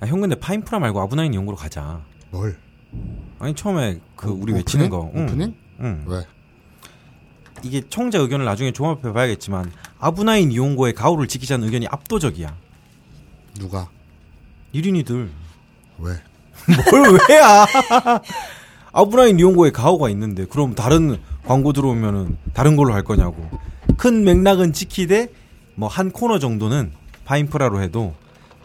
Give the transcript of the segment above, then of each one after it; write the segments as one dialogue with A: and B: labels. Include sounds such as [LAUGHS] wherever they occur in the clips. A: 아, 형 근데 파인프라 말고 아브나인 연구로 가자.
B: 뭘?
A: 아니 처음에 그
B: 어,
A: 우리
B: 오프닝?
A: 외치는 거. 응,
B: 오프닝?
A: 응.
B: 왜?
A: 이게 청자 의견을 나중에 종합해 봐야겠지만 아브나인 이용고의 가오를 지키자는 의견이 압도적이야.
B: 누가? 음.
A: 이린이들. [LAUGHS]
B: 왜?
A: 뭘 왜야? [LAUGHS] 아브라인 이용고에 가오가 있는데 그럼 다른 광고 들어오면은 다른 걸로 할 거냐고. 큰 맥락은 지키되 뭐 한 코너 정도는 파인프라로 해도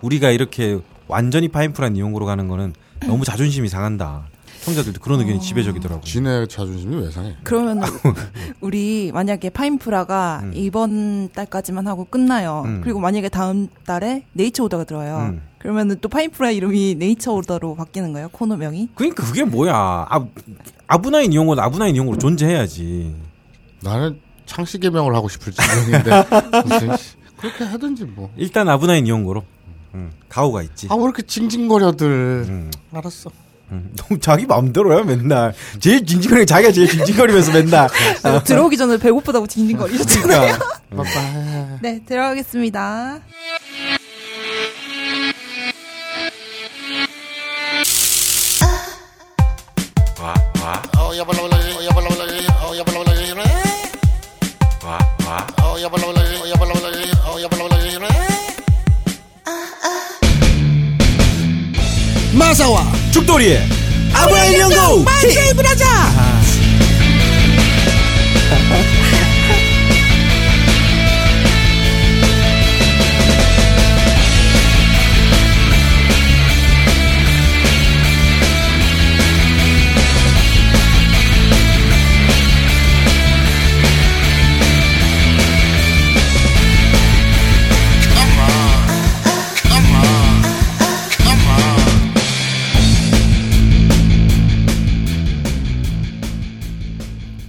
A: 우리가 이렇게 완전히 파인프라인 이용고로 가는 거는 너무 자존심이 상한다. 청자들도 그런
B: 어.
A: 의견이 지배적이더라고.
B: 지네 자존심이 왜 상해?
C: 그러면
A: 아,
C: [LAUGHS]
A: 음.
C: 우리 만약에 파인프라가 이번 달까지만 하고 끝나요.
A: 음.
C: 그리고 만약에 다음 달에 네이처 오더가 들어와요.
A: 음.
C: 그러면은 또 파인프라 이름이 네이처 오더로 바뀌는 거예요? 코너명이?
A: 그러니까 그게 뭐야? 아 아브나인 이용고는 아브나인 이용고로 존재해야지.
B: 나는 창씨 개명을 하고 싶을 [LAUGHS] 지경인데 무슨 씨, 그렇게 하든지 뭐.
A: 일단 아브나인 이용고로 음, 가오가 있지.
B: 아 왜 이렇게 징징거려들?
A: 음.
B: 알았어.
A: 음, [LAUGHS] 너무 자기 마음대로야 맨날 제일 징징거리 자기가 제일 징징거리면서 맨날 [LAUGHS]
C: 아, 들어오기 전에 배고프다고
A: 그러니까.
C: 징징거리셨잖아요.
B: 빠빠.
C: 네, 들어가겠습니다.
B: 마사와
A: 죽돌이의 아브라인 연구
C: 세이브 하자!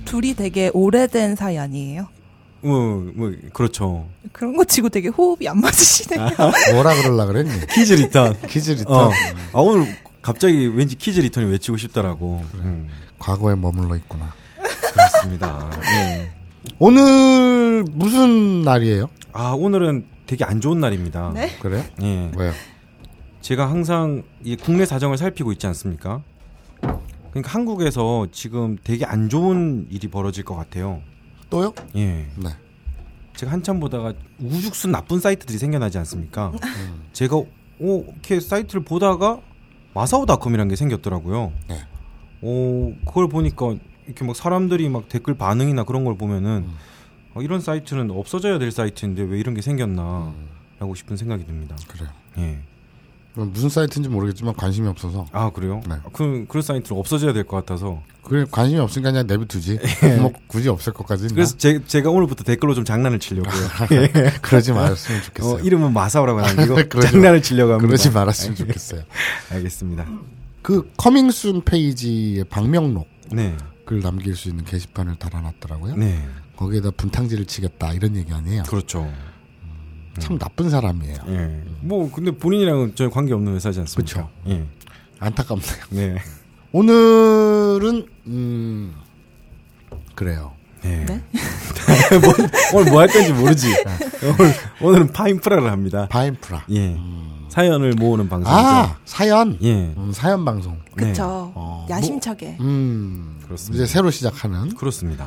C: 둘이 되게 오래된 사이 아니에요?
A: 뭐, 뭐 그렇죠
C: 그런 거 치고 되게 호흡이 안
A: 아,
C: 맞으시네요.
B: 뭐라 그럴라 그랬니?
A: 키즈 리턴
B: 키즈
A: [LAUGHS]
B: 리턴.
A: 어. 아 오늘 갑자기 왠지 키즈 리턴이 외치고 싶더라고 음,
B: 과거에 머물러 있구나.
A: 그렇습니다 네.
B: 오늘 무슨 날이에요?
A: 아 오늘은 되게 안 좋은 날입니다
C: 네?
B: 그래요?
A: 예
B: 왜요?
A: 제가 항상 이 국내 사정을 살피고 있지 않습니까 그러니까 한국에서 지금 되게 안 좋은 일이 벌어질 것 같아요
B: 또요?
A: 예
B: 네.
A: 제가 한참 보다가 우죽순 나쁜 사이트들이 생겨나지 않습니까? 제가 오, 이렇게 사이트를 보다가 마사오닷컴이라는 게 생겼더라고요.
B: 네.
A: 오, 그걸 보니까 이렇게 막 사람들이 막 댓글 반응이나 그런 걸 보면은 어, 이런 사이트는 없어져야 될 사이트인데 왜 이런 게 생겼나라고 싶은 생각이 듭니다.
B: 그래요. 뭐
A: 예.
B: 무슨 사이트인지 모르겠지만 관심이 없어서.
A: 아 그래요?
B: 네.
A: 아, 그 그런 사이트는 없어져야 될 것 같아서
B: 그래 관심이 없으니까 그냥 내비두지. 뭐 굳이 없을 것까지는. 뭐.
A: 그래서 제, 제가 오늘부터 댓글로 좀 장난을 치려고요.
B: 아, [LAUGHS]
A: 예.
B: 그러지 말았으면
A: 어,
B: 좋겠어요.
A: 이름은 마사오라고 하는데 이거
B: [LAUGHS] 그러지 마-
A: 장난을 치려고 합니다.
B: 그러지 말았으면 좋겠어요.
A: 알겠습니다.
B: 그 커밍순 페이지에 방명록을
A: 네.
B: 남길 수 있는 게시판을 달아놨더라고요.
A: 네.
B: 거기에다 분탕질을 치겠다 이런 얘기 아니에요.
A: 그렇죠.
B: 참 나쁜 사람이에요.
A: 예. 뭐 근데 본인이랑은 전혀 관계 없는 회사지 않습니까? 그렇죠. 예.
B: 안타깝네요.
A: 네.
B: 오늘은 음 그래요.
A: 네. [LAUGHS] 뭐, 오늘 뭐 할 건지 모르지.
B: 네.
A: 오늘 오늘은 파인프라를 합니다.
B: 바인프라.
A: 예. 사연을 모으는 방송이죠.
B: 음. 아 사연.
A: 예.
B: 음, 사연 방송.
C: 그쵸.
A: 뭐
B: 어,
C: 야심차게.
B: 음
A: 그렇습니다.
B: 이제 새로 시작하는
A: 그렇습니다.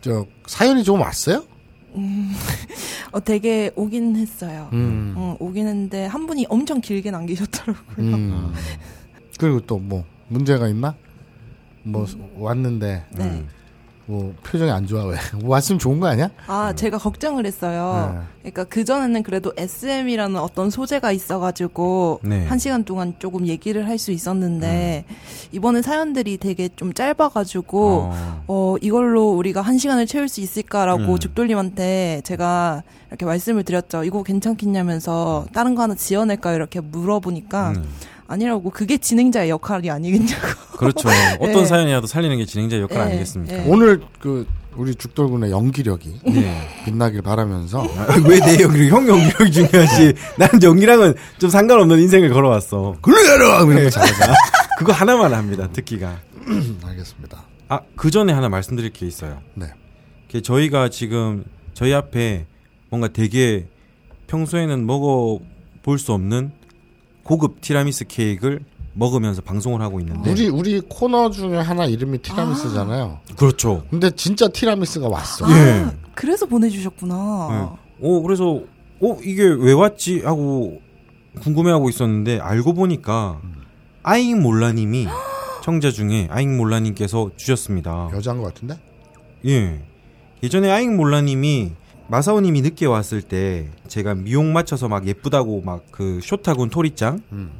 B: 저 사연이 좀 왔어요?
C: 어, 되게 오긴 했어요.
A: 음.
C: 어, 오긴 했는데 한 분이 엄청 길게 남기셨더라고요.
B: 음.
A: 음.
B: 그리고 또 뭐 문제가 있나? 뭐 왔는데
C: 네.
B: 뭐 표정이 안 좋아 왜? [LAUGHS] 뭐 왔으면 좋은 거 아니야?
C: 아, 제가 걱정을 했어요.
A: 네.
C: 그러니까 그전에는 그래도 SM이라는 어떤 소재가 있어가지고,
A: 네.
C: 한 시간 동안 조금 얘기를 할 수 있었는데, 이번에 사연들이 되게 좀 짧아가지고,
A: 어.
C: 어, 이걸로 우리가 한 시간을 채울 수 있을까라고
A: 음.
C: 죽돌님한테 제가 이렇게 말씀을 드렸죠. 이거 괜찮겠냐면서, 다른 거 하나 지어낼까요? 이렇게 물어보니까,
A: 음.
C: 아니라고, 그게 진행자의 역할이 아니겠냐고.
A: 그렇죠. 어떤
C: 네.
A: 사연이라도 살리는 게 진행자 의 역할
C: 네,
A: 아니겠습니까?
C: 네.
B: 오늘 그 우리 죽돌군의 연기력이 예, 빛나길 바라면서
A: [LAUGHS] 왜 내 연기력, 형 연기력이 중요하지? 난 연기랑은 좀 상관없는 인생을 걸어왔어. 네.
B: 글로 가라 이런 거 잘하자.
A: [LAUGHS] 그거 하나만 합니다, 듣기가.
B: 음, 알겠습니다.
A: 아, 그 전에 하나 말씀드릴 게 있어요.
B: 네.
A: 이게 저희가 지금 저희 앞에 뭔가 되게 평소에는 먹어볼 수 없는 고급 티라미수 케이크를 먹으면서 방송을 하고 있는데.
B: 우리 우리 코너 중에 하나 이름이 네. 티라미스잖아요. 아.
A: 그렇죠.
B: 근데 진짜 티라미스가 왔어.
A: 예.
C: [LAUGHS] 그래서 보내주셨구나.
A: 네. 오, 그래서, 어, 이게 왜 왔지? 하고 궁금해하고 있었는데, 알고 보니까, 아잉
B: [GASPS]
A: 몰라님이, 청자 중에 아잉 몰라님께서 주셨습니다.
B: 여자인 것 같은데?
A: 예. 예전에 아잉 몰라님이, 마사오님이 늦게 왔을 때, 제가 미용 맞춰서 막 예쁘다고 막 그 쇼타군 토리짱?
B: 음.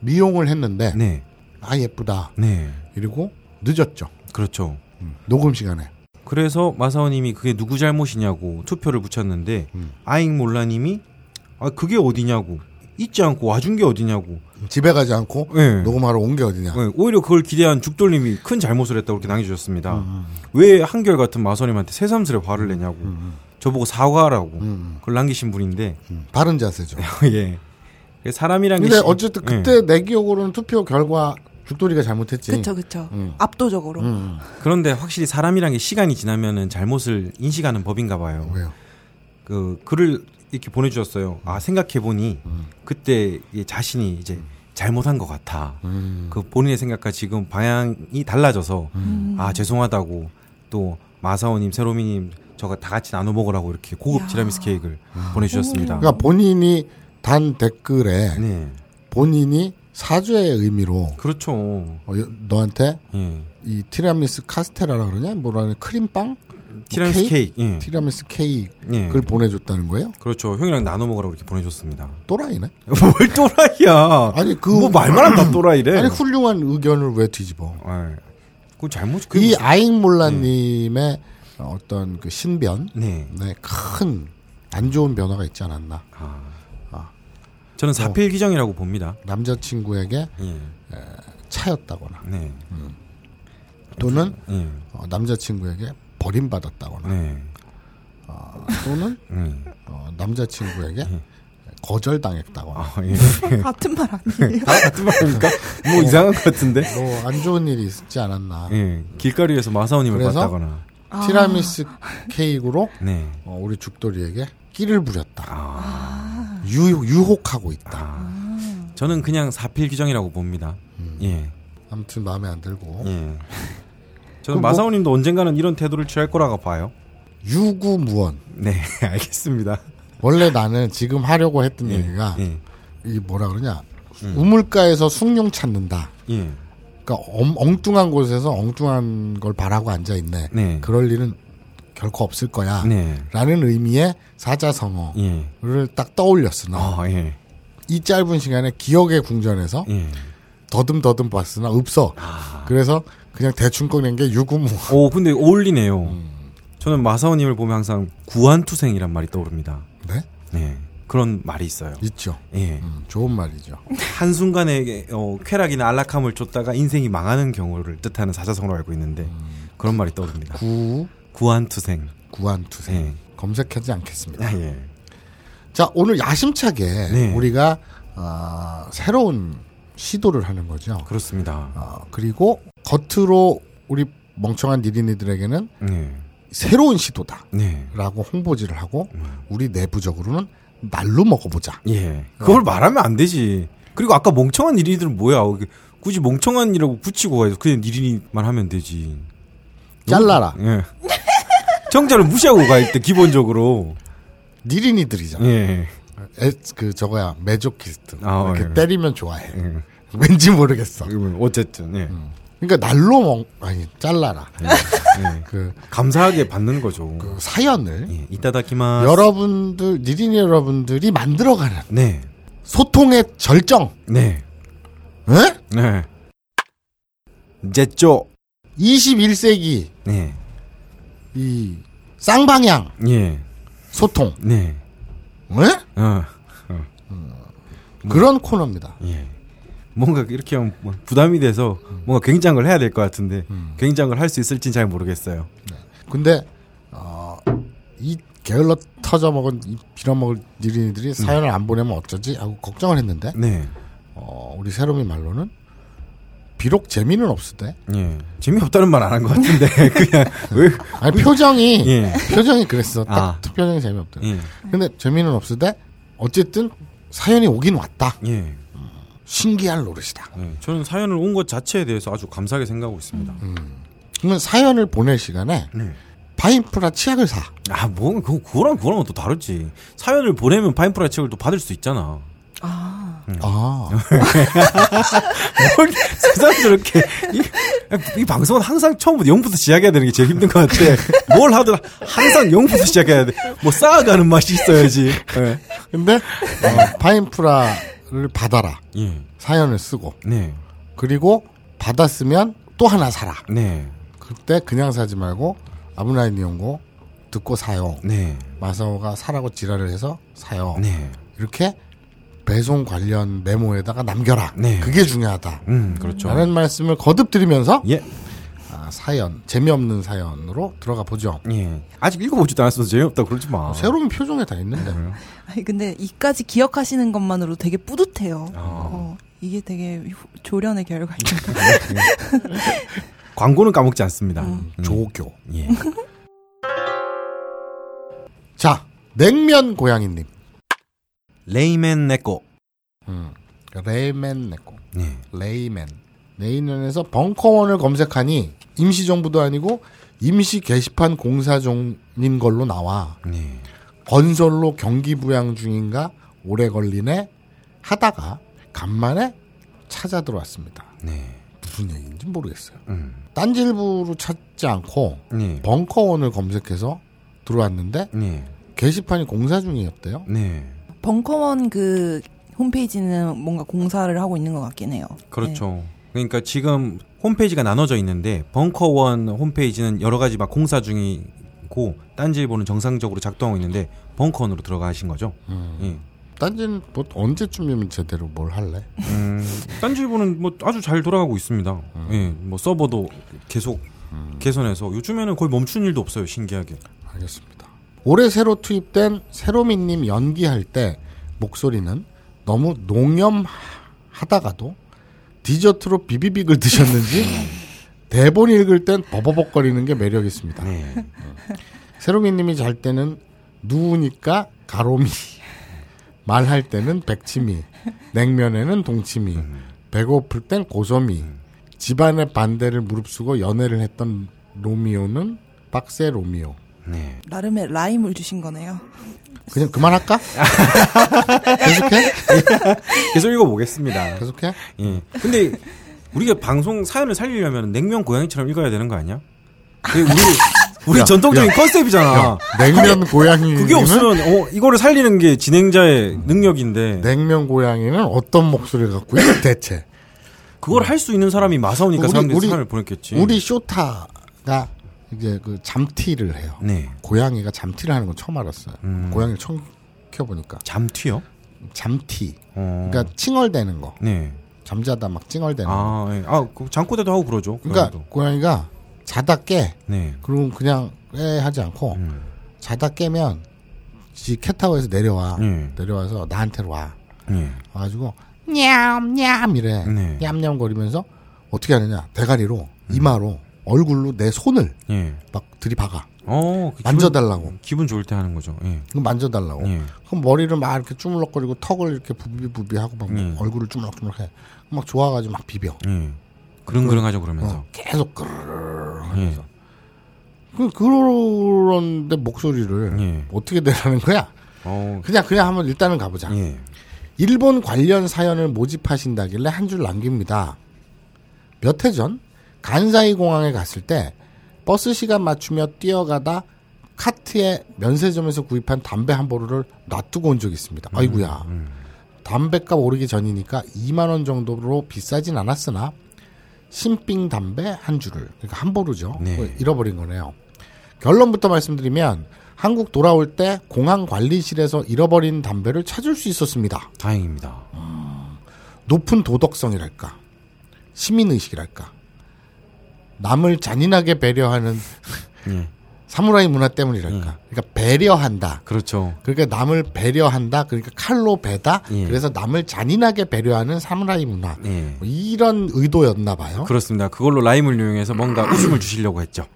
B: 미용을 했는데
A: 네.
B: 아 예쁘다.
A: 네.
B: 그리고 늦었죠.
A: 그렇죠.
B: 녹음 시간에.
A: 그래서 마사오님이 그게 누구 잘못이냐고 투표를 붙였는데
B: 음.
A: 아잉 몰라님이 아 그게 어디냐고 잊지 않고 와준 게 어디냐고
B: 집에 가지 않고
A: 예.
B: 녹음하러 온 게 어디냐.
A: 네, 오히려 그걸 기대한 죽돌님이 큰 잘못을 했다고 이렇게 남겨주셨습니다.
B: 음,
A: 왜 한결같은 마선님한테 새삼스레 화를 내냐고 저보고 사과하라고 그걸 남기신 분인데
B: 음, 바른 자세죠.
A: [LAUGHS] 예. 사람이란 게
B: 근데
A: 시-
B: 어쨌든 그때
A: 예.
B: 내 기억으로는 투표 결과 죽돌이가 잘못했지.
C: 그쵸, 그쵸.
A: 음.
C: 압도적으로.
A: 그런데 확실히 사람이란 게 시간이 지나면은 잘못을 인식하는 법인가 봐요.
B: 왜요?
A: 그 글을 이렇게 보내주셨어요. 아 생각해 보니
B: 음.
A: 그때 이 자신이 이제 잘못한 것
B: 음.
A: 같아. 그 본인의 생각과 지금 방향이 달라져서 아 죄송하다고 또 마사오님, 세로미님 저가 다 같이 나눠 먹으라고 이렇게 고급
C: 야.
A: 티라미수 케이크를 보내주셨습니다.
B: 그러니까 본인이 단 댓글에
A: 네,
B: 본인이 사죄의 의미로
A: 그렇죠.
B: 어, 여- 너한테
A: 예,
B: 이 티라미수 카스테라라 그러냐? 뭐라는 크림빵?
A: 음.
B: 뭐
A: 티라미수 케이크, 예,
B: 티라미수 케이크를
A: 예.
B: 보내줬다는 거예요?
A: 그렇죠. 형이랑 나눠 먹으라고 이렇게 보내줬습니다. [LAUGHS]
B: 또라이네?
A: 뭘 또라이야?
B: 아니, 그-
A: 뭐 말만 한다 또라이래.
B: 아니 훌륭한 의견을 왜 뒤집어?
A: 아, 그 잘못 그게
B: 이
A: 무슨-
B: 아잉몰라님의 어떤 그 신변,
A: 네.
B: 네, 큰안 좋은 변화가 있지 않았나?
A: 저는 사필 기정이라고 봅니다.
B: 남자친구에게
A: 예.
B: 차였다거나
A: 네.
B: 또는
A: 예.
B: 어, 남자친구에게 버림받았다거나
A: 네.
B: 어, 또는
A: 음.
B: 어, 남자친구에게
A: 네.
B: 거절당했다거나
A: 아, 예.
C: [LAUGHS] 같은 말 아니에요?
A: 다 같은 말입니까? 뭐 이상한 것 같은데?
B: 뭐 안 좋은 일이 있지 않았나?
A: 예. 길거리에서 마사오님을
B: 그래서?
A: 봤다거나.
B: 티라미스 케이크로
A: 네.
B: 어, 우리 죽돌이에게 끼를 부렸다.
A: 아.
B: 유, 유혹하고 있다.
A: 저는 그냥 사필 규정이라고 봅니다.
B: 음.
A: 예.
B: [LAUGHS] 아무튼 마음에 안 들고
A: 예.
B: 뭐-
A: 저는 마사오님도 언젠가는 이런 태도를 취할 거라고 봐요.
B: 유구무원.
A: 네, [LAUGHS] 알겠습니다.
B: 원래 나는 지금 하려고 했던 얘기가
A: 아. 예. 음.
B: 이 뭐라 그러냐 우물가에서 숭룡 찾는다.
A: 예.
B: 그러니까 엄- 엉뚱한 곳에서 엉뚱한 걸 바라고 앉아 있네.
A: 네.
B: 그럴 일은 결코 없을 거야.
A: 네.
B: 라는 의미의 사자성어를
A: 예.
B: 딱 떠올렸으나
A: 아, 예.
B: 이 짧은 시간에 기억의 궁전에서
A: 예.
B: 더듬더듬 봤으나 없어. 그래서 그냥 대충 꺼낸 게 뭐. 유구무.
A: 오, 근데 어울리네요.
B: 음.
A: 저는 마사오님을 보면 항상 구한투생이란 말이 떠오릅니다.
B: 네?
A: 네. 그런 말이 있어요.
B: 있죠.
A: 예.
B: 음, 좋은 말이죠.
A: 한순간에 어, 쾌락이나 안락함을 쫓다가 인생이 망하는 경우를 뜻하는 사자성어로 알고 있는데
B: 음.
A: 그런 말이 떠오릅니다.
B: 구
A: 구한투생.
B: 구한투생.
A: 예.
B: 검색하지 않겠습니다.
A: 아, 예.
B: 자, 오늘 야심차게
A: 네.
B: 우리가 아, 새로운 시도를 하는 거죠.
A: 그렇습니다.
B: 아, 그리고 겉으로 우리 멍청한 니린이들에게는
A: 네.
B: 새로운 시도다라고
A: 네.
B: 홍보지를 하고 우리 내부적으로는 날로 먹어보자.
A: 예.
B: 아.
A: 그걸 말하면 안 되지. 그리고 아까 멍청한 일이들은 뭐야? 이게 굳이 멍청한이라고 붙이고 가서 그냥 일이만 하면 되지.
B: 잘라라. [LAUGHS]
A: 예. 정자를 무시하고 가 일단 기본적으로.
B: 니린이들이잖아.
A: 예.
B: 에, 그 저거야 메조키스트.
A: 아,
B: 이렇게
A: 예.
B: 때리면 좋아해. 왠지 모르겠어.
A: 어쨌든 예.
B: 그러니까 날로 먹 아니 잘라라
A: 예.
B: 그,
A: 감사하게 받는 거죠.
B: 그 사연을
A: 예, 이따다키마.
B: 여러분들 니린 여러분들이 만들어가는
A: 네,
B: 소통의 절정
A: 네,
B: 에?
A: 네. 제쪼.
B: 21세기
A: 네,
B: 이 쌍방향
A: 예,
B: 소통
A: 네.
B: 에?
A: 어,
B: 그런 코너입니다.
A: 예. 뭔가 이렇게 하면 뭐 부담이 돼서 뭔가 굉장을 해야 될 것 같은데 굉장을 할 수 있을진 잘 모르겠어요.
B: 근데 어, 이 게을러 터져 먹은 이 빌어먹을 니린이들이 사연을 안 보내면 어쩌지 하고 걱정을 했는데
A: 네,
B: 어, 우리 새롬이 말로는 비록 재미는 없을 때
A: 예. 재미없다는 말 안 한 것 [LAUGHS] 같은데 그냥 왜?
B: 아니 표정이
A: 예.
B: 표정이 그랬어 딱
A: 아.
B: 표정이 재미없대
A: 예,
B: 근데 재미는 없을 때 어쨌든 사연이 오긴 왔다
A: 예.
B: 신기할 노릇이다
A: 예. 저는 사연을 온 것 자체에 대해서 아주 감사하게 생각하고 있습니다.
B: 그러면 사연을 보낼 시간에
A: 네.
B: 파인프라 치약을 사
A: 아, 뭐, 그, 그거랑 그거랑은 또 다르지. 사연을 보내면 파인프라이 책을 또 받을 수 있잖아.
C: 아,
A: 음. [LAUGHS]
B: 아,
A: 뭘 [LAUGHS] 새삼스럽게. 이, 이 방송은 항상 처음부터 0부터 시작해야 되는 게 제일 힘든 것 같아. 뭘 하든 항상 0부터 시작해야 돼. 뭐 쌓아가는 맛이 있어야지. 예.
B: 근데 어, 파인프라를 받아라
A: 예.
B: 사연을 쓰고
A: 네.
B: 그리고 받았으면 또 하나 사라
A: 네.
B: 그때 그냥 사지 말고 아브라인 이용고 듣고 사요
A: 네.
B: 마사오가 사라고 지랄을 해서 사요
A: 네.
B: 이렇게 배송 관련 메모에다가 남겨라.
A: 네.
B: 그게 중요하다.
A: 음, 그렇죠.
B: 라는 말씀을 거듭 드리면서
A: 예.
B: 아, 사연 재미없는 사연으로 들어가 보죠.
A: 예. 아직 읽어보지도 않았어서 재미없다고 그러지 마.
B: 새로운 표정에 다 있는데
A: 네.
C: 아니, 근데 이까지 기억하시는 것만으로 되게 뿌듯해요. 어, 이게 되게 효- 조련의 결과입니다.
A: 광고는 까먹지 않습니다. 음.
B: 조교.
A: 예.
B: 자 냉면 고양이님
A: 레이맨 네코.
B: 음, 레이맨 네코
A: 예.
B: 레이맨 레이맨에서 벙커원을 검색하니 임시정부도 아니고 임시 게시판 공사종인 걸로 나와
A: 예.
B: 건설로 경기 부양 중인가 오래 걸리네 하다가 간만에 찾아 들어왔습니다.
A: 네.
B: 무슨 얘기인지 모르겠어요.
A: 음.
B: 딴질부로 찾지 않고
A: 예.
B: 벙커원을 검색해서 들어왔는데
A: 예.
B: 게시판이 공사 중이었대요.
A: 네.
C: 벙커원 그 홈페이지는 뭔가 공사를 하고 있는 것 같긴 해요.
A: 그렇죠. 그러니까 지금 홈페이지가 나눠져 있는데 벙커원 홈페이지는 여러 가지 막 공사 중이고 딴지일보는 정상적으로 작동하고 있는데 벙커원으로 들어가신 거죠. 예.
B: 딴지는 뭐 언제쯤이면 제대로 뭘 할래?
A: 음, 딴지일보는 뭐 아주 잘 돌아가고 있습니다.
B: 음.
A: 예. 뭐 서버도 계속 개선해서 요즘에는 거의 멈춘 일도 없어요. 신기하게.
B: 알겠습니다. 올해 새로 투입된 새로미님 연기할 때 목소리는 너무 농염하다가도 디저트로 비비빅을 드셨는지 대본 읽을 땐 버버벅거리는 게 매력 있습니다.
A: 네.
B: 새로미님이 잘 때는 누우니까 가로미, 말할 때는 백치미, 냉면에는 동치미, 배고플 땐 고소미, 집안의 반대를 무릅쓰고 연애를 했던 로미오는 빡세 로미오.
A: 네.
C: 나름의 라임을 주신 거네요.
A: [LAUGHS]
B: 그냥 그만할까? 계속해?
A: 계속 읽어보겠습니다.
B: 계속해?
A: [LAUGHS] 예. 근데 우리가 방송 사연을 살리려면 냉면 고양이처럼 읽어야 되는 거 아니야? 그게
B: [LAUGHS]
A: 우리 우리
B: 야,
A: 전통적인
B: 야.
A: 컨셉이잖아.
B: 냉면 음. 고양이.
A: 그게 없으면 어, 이거를 살리는 게 진행자의 능력인데
B: 냉면 고양이는 어떤 목소리를 갖고 있는 대체?
A: 그걸 할 수 있는 사람이 그러니까 마사오니까
B: 우리-
A: 사람들이
B: 우리-
A: 사연을 보냈겠지.
B: 우리 쇼타가 이제 그 잠티를 해요.
A: 네
B: 고양이가 잠티를 하는 건 처음 알았어요.
A: 음.
B: 고양이를 처음 키워보니까
A: 잠튀요.
B: 잠티.
A: 어.
B: 그러니까 칭얼대는 거.
A: 네.
B: 잠자다 막 찡얼대는 거.
A: 아, 예. 아, 그 장코대도 하고 그러죠.
B: 그러니까
A: 고양이도.
B: 고양이가 자다 깨.
A: 네.
B: 그럼 그냥 에 하지 않고
A: 음.
B: 자다 깨면 지 캣타워에서 내려와.
A: 예.
B: 내려와서 나한테로 와.
A: 예.
B: 와가지고 냠냠 이래
A: 네.
B: 냠냠 거리면서 어떻게 하느냐 대가리로 이마로 얼굴로 내 손을
A: 예.
B: 막 들이박아
A: 어. 그 기분-
B: 만져달라고
A: 기분 좋을 때 하는 거죠. 예.
B: 그럼 만져달라고
A: 예.
B: 그럼 머리를 막 이렇게 주물럭거리고 턱을 이렇게 부비부비하고 막
A: 음.
B: 얼굴을 주물럭주물럭해 그럼 막 좋아가지고 막 비벼
A: 예. 그릉그릉하죠
B: 어,
A: 그러면서.
B: 계속 그르르
A: 예.
B: 그 그런데 목소리를
A: 예.
B: 어떻게 내라는 거야
A: 어.
B: 그냥 그냥 한번 일단은 가보자
A: 예.
B: 일본 관련 사연을 모집하신다길래 한 줄 남깁니다. 몇 해 전 간사이 공항에 갔을 때 버스 시간 맞추며 뛰어가다 카트에 면세점에서 구입한 담배 한 보루를 놔두고 온 적이 있습니다. 아이구야. 담배값 오르기 전이니까 2만 원 정도로 비싸진 않았으나 신빙 담배 한 줄을 그러니까 한 보루죠.
A: 네.
B: 그걸 잃어버린 거네요. 결론부터 말씀드리면 한국 돌아올 때 공항 관리실에서 잃어버린 담배를 찾을 수 있었습니다.
A: 다행입니다.
B: 높은 도덕성이랄까, 시민의식이랄까, 남을 잔인하게 배려하는
A: 예.
B: 사무라이 문화 때문이랄까. 그러니까 배려한다.
A: 그렇죠.
B: 그러니까 남을 배려한다. 그러니까 칼로 배다.
A: 예.
B: 그래서 남을 잔인하게 배려하는 사무라이 문화.
A: 예.
B: 뭐 이런 의도였나 봐요.
A: 그렇습니다. 그걸로 라임을 이용해서 뭔가 [LAUGHS] 웃음을 주시려고 했죠.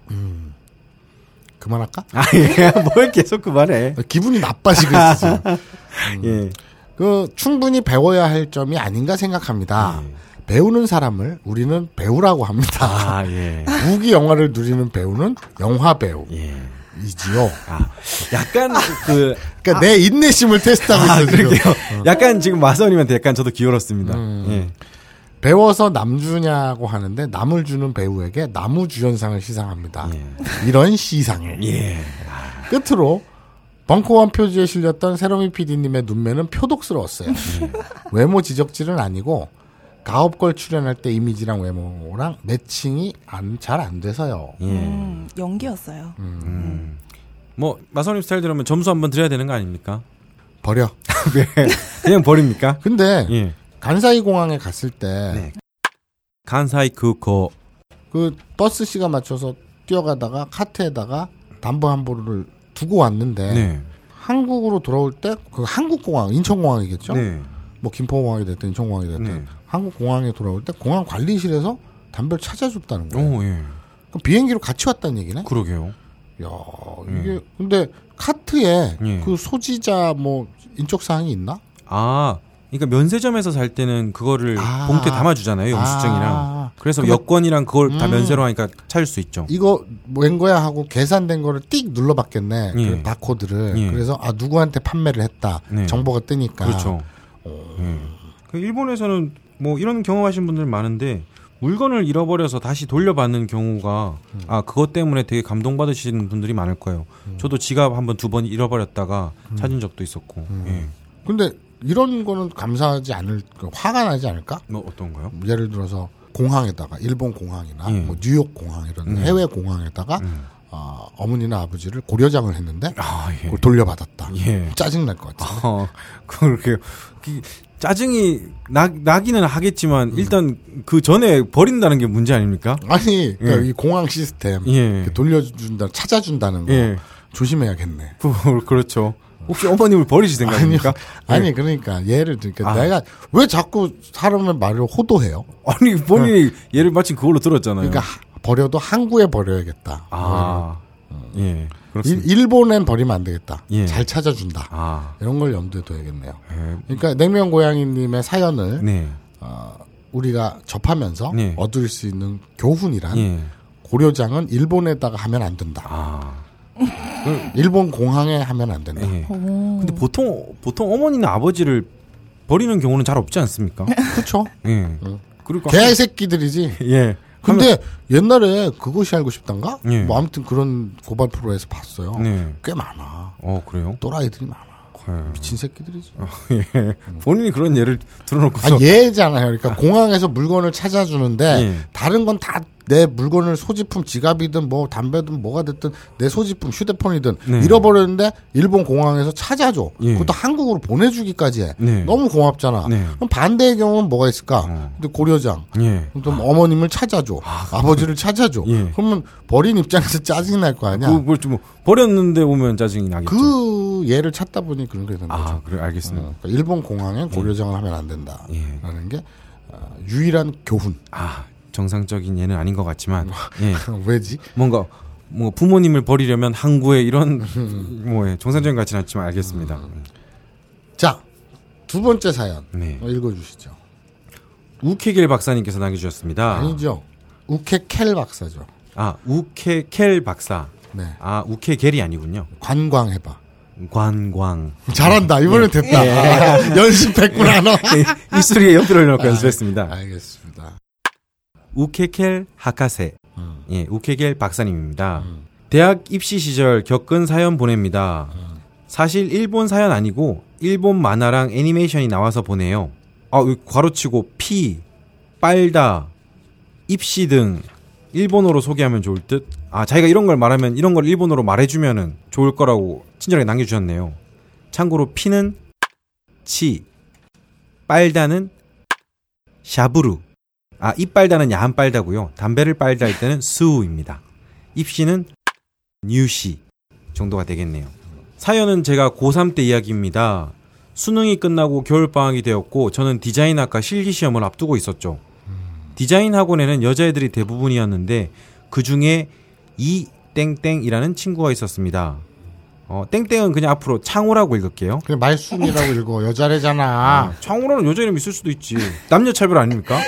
B: 그, 만할까
A: 아, 예. [LAUGHS] 뭘 계속 그만해.
B: 기분이 나빠지고 있어요.
A: [LAUGHS] 예.
B: 그 충분히 배워야 할 점이 아닌가 생각합니다.
A: 예.
B: 배우는 사람을 우리는 배우라고 합니다.
A: 아, 예.
B: [LAUGHS] 무기 영화를 누리는 배우는 영화 배우이지요.
A: 예. 아, 약간 [LAUGHS] 그,
B: 그러니까 내 인내심을 테스트하고
A: 아,
B: 있어요. 지금.
A: 그러게요. 약간 지금 마선님한테 약간 저도 기울었습니다. 예.
B: 배워서 남주냐고 하는데 남을 주는 배우에게 나무주연상을 시상합니다. 이런 시상을.
A: 예.
B: 끝으로 벙커원 표지에 실렸던 새로미 PD님의 눈매는 표독스러웠어요. [LAUGHS] 외모 지적질은 아니고 가업걸 출연할 때 이미지랑 외모랑 매칭이 잘 안 돼서요.
A: 예.
C: 음, 연기였어요.
A: 뭐, 마선님 스타일 들으면 점수 한번 드려야 되는 거 아닙니까?
B: 버려.
A: [LAUGHS] 왜? 그냥 버립니까?
B: 근데
A: 예.
B: 간사이 공항에 갔을 때
A: 네.
B: 그
A: 간사이 그거.
B: 버스 시간 맞춰서 뛰어가다가 카트에다가 담보 한 보루를 두고 왔는데
A: 네.
B: 한국으로 돌아올 때 그 한국 공항 인천 공항이겠죠?
A: 네.
B: 뭐 김포공항이 됐든 인천공항이 됐든
A: 네.
B: 한국 공항에 돌아올 때 공항 관리실에서 담배를 찾아줬다는 거예요.
A: 오, 예.
B: 그럼 비행기로 같이 왔다는 얘기네.
A: 그러게요.
B: 야 이게
A: 네.
B: 근데 카트에
A: 예.
B: 그 소지자 뭐 인적 사항이 있나?
A: 아, 그러니까 면세점에서 살 때는 그거를
B: 아.
A: 봉투에 담아주잖아요. 음. 영수증이랑.
B: 아.
A: 그래서
B: 그러면-
A: 여권이랑 그걸 다 면세로 하니까 찾을 수 있죠.
B: 이거 웬 거야 하고 계산된 거를 띡 눌러봤겠네. 그
A: 예.
B: 바코드를.
A: 예.
B: 그래서 아 누구한테 판매를 했다.
A: 네.
B: 정보가 뜨니까.
A: 그렇죠. 예. 그 일본에서는 뭐 이런 경험하신 분들 많은데 물건을 잃어버려서 다시 돌려받는 경우가 아 그것 때문에 되게 감동받으시는 분들이 많을 거예요. 저도 지갑 한번 두 번 잃어버렸다가 찾은 적도 있었고. 예.
B: 근데 이런 거는 감사하지 않을 화가 나지 않을까?
A: 뭐 어떤가요?
B: 음, 예를 들어서 공항에다가 일본 공항이나
A: 예.
B: 뭐 뉴욕 공항 이런
A: 음.
B: 해외 공항에다가 어, 어머니나 아버지를 고려장을 했는데
A: 아 예.
B: 그걸 돌려받았다.
A: 예.
B: 짜증 날 것 같아.
A: 어, 그렇게 짜증이 나, 나기는 하겠지만
B: 음.
A: 일단 그 전에 버린다는 게 문제 아닙니까?
B: 아니 그러니까 이 공항 시스템
A: 예.
B: 이렇게 돌려준다 찾아준다는 거
A: 예.
B: 조심해야겠네.
A: 그- 그렇죠. 혹시 어머님을 버리실 생각입니까?
B: 아니 그러니까 예를 들니까
A: 아.
B: 내가 왜 자꾸 사람의 말을 호도해요? 어.
A: 아니 본인이 얘를 마침 그걸로 들었잖아요.
B: 그러니까 하- 버려도 항구에 버려야겠다.
A: 예. 아, 예,
B: 어. 일,
A: 그렇습니다.
B: 일본엔 버리면 안 되겠다.
A: 예.
B: 잘 찾아준다.
A: 아,
B: 이런 걸 염두에 둬야겠네요.
A: 예.
B: 그러니까 냉면 고양이님의 사연을
A: 네,
B: 어, 우리가 접하면서
A: 네.
B: 얻을 수 있는 교훈이란
A: 예,
B: 고려장은 일본에다가 하면 안 된다.
A: 아,
B: 일본 공항에 하면 안 된다.
A: 예.
B: 어.
C: 오.
A: 근데 보통 보통 어머니는 아버지를 버리는 경우는 잘 없지 않습니까?
B: 그렇죠?
A: 예, 그리고
B: 개의 새끼들이지.
A: 예,
B: 근데 옛날에 그것이 알고 싶단가?
A: 네.
B: 뭐 아무튼 그런 고발 프로에서 봤어요.
A: 네,
B: 꽤 많아.
A: 어 그래요?
B: 또라이들이 많아.
A: 예.
B: 미친 새끼들이지.
A: 예. 본인이 그런 예를 들어놓고서
B: 아 얘잖아요. 그러니까 공항에서 물건을 찾아주는데
A: 예.
B: 다른 건 다 내 물건을 소지품 지갑이든 뭐 담배든 뭐가 됐든 내 소지품 휴대폰이든
A: 네.
B: 잃어버렸는데 일본 공항에서 찾아줘.
A: 예.
B: 그것도 한국으로 보내주기까지 해.
A: 네.
B: 너무 고맙잖아.
A: 네.
B: 그럼 반대의 경우는 뭐가 있을까?
A: 어.
B: 근데 고려장.
A: 예,
B: 그럼 어머님을 찾아줘. 아, 버지를 찾아줘.
A: 예.
B: 그러면 버린 입장에서 짜증 날 거 아니야.
A: 그,
B: 그,
A: 그걸 좀 버렸는데 오면 짜증이 나겠죠.
B: 예를 찾다 보니 그런 게 되는 거죠.
A: 아, 그래 알겠습니다.
B: 그 어, 그러니까 일본
A: 예.
B: 공항엔 고려장을 하면 안 된다라는 게 어, 유일한 교훈.
A: 아, 정상적인 예는 아닌 것 같지만,
B: 뭐.
A: 예.
B: [LAUGHS] 왜지?
A: 뭔가 뭐 부모님을 버리려면 항구에 이런
B: [LAUGHS]
A: 뭐 예, 정상적인 가치는 않지만 알겠습니다.
B: 음.
A: 예.
B: 자, 두 번째 사연
A: 네.
B: 어, 읽어주시죠.
A: 우케길 박사님께서 남겨주셨습니다.
B: 아니죠. 우케켈 박사죠.
A: 아 우케켈 박사.
B: 네.
A: 아 우케겔이 아니군요. 예.
B: 관광해봐.
A: 관광.
B: 잘한다. 이번엔 됐다. 아, [LAUGHS] 연습했구나, 너.
A: 예. [LAUGHS] 이 소리에 옆으로 넣고 연습했습니다.
B: 알겠습니다.
A: 우케켈 하카세
B: 음.
A: 예, 우케겔 박사님입니다.
B: 음.
A: 대학 입시 시절 겪은 사연 보냅니다. 사실 일본 사연 아니고 일본 만화랑 애니메이션이 나와서 보내요. 아, 여기 괄호치고 피, 빨다, 입시 등 일본어로 소개하면 좋을 듯. 아, 자기가 이런 걸 말하면 이런 걸 일본어로 말해주면은 좋을 거라고 친절하게 남겨주셨네요. 참고로 피는 치, 빨다는 샤브루, 아, 입 빨다는 야한 빨다고요. 담배를 빨다 할 때는 스우입니다. 입시는 뉴시 정도가 되겠네요. 사연은 제가 고3 때 이야기입니다. 수능이 끝나고 겨울방학이 되었고 저는 디자인학과 실기시험을 앞두고 있었죠. 디자인 학원에는 여자애들이 대부분이었는데 그 중에 이 땡땡이라는 친구가 있었습니다. 어, 땡땡은 그냥 앞으로 창호라고 읽을게요.
B: 그냥 말순이라고 읽어. 여자래잖아.
A: 창호라는 여자 이름 있을 수도 있지. 남녀 차별 아닙니까?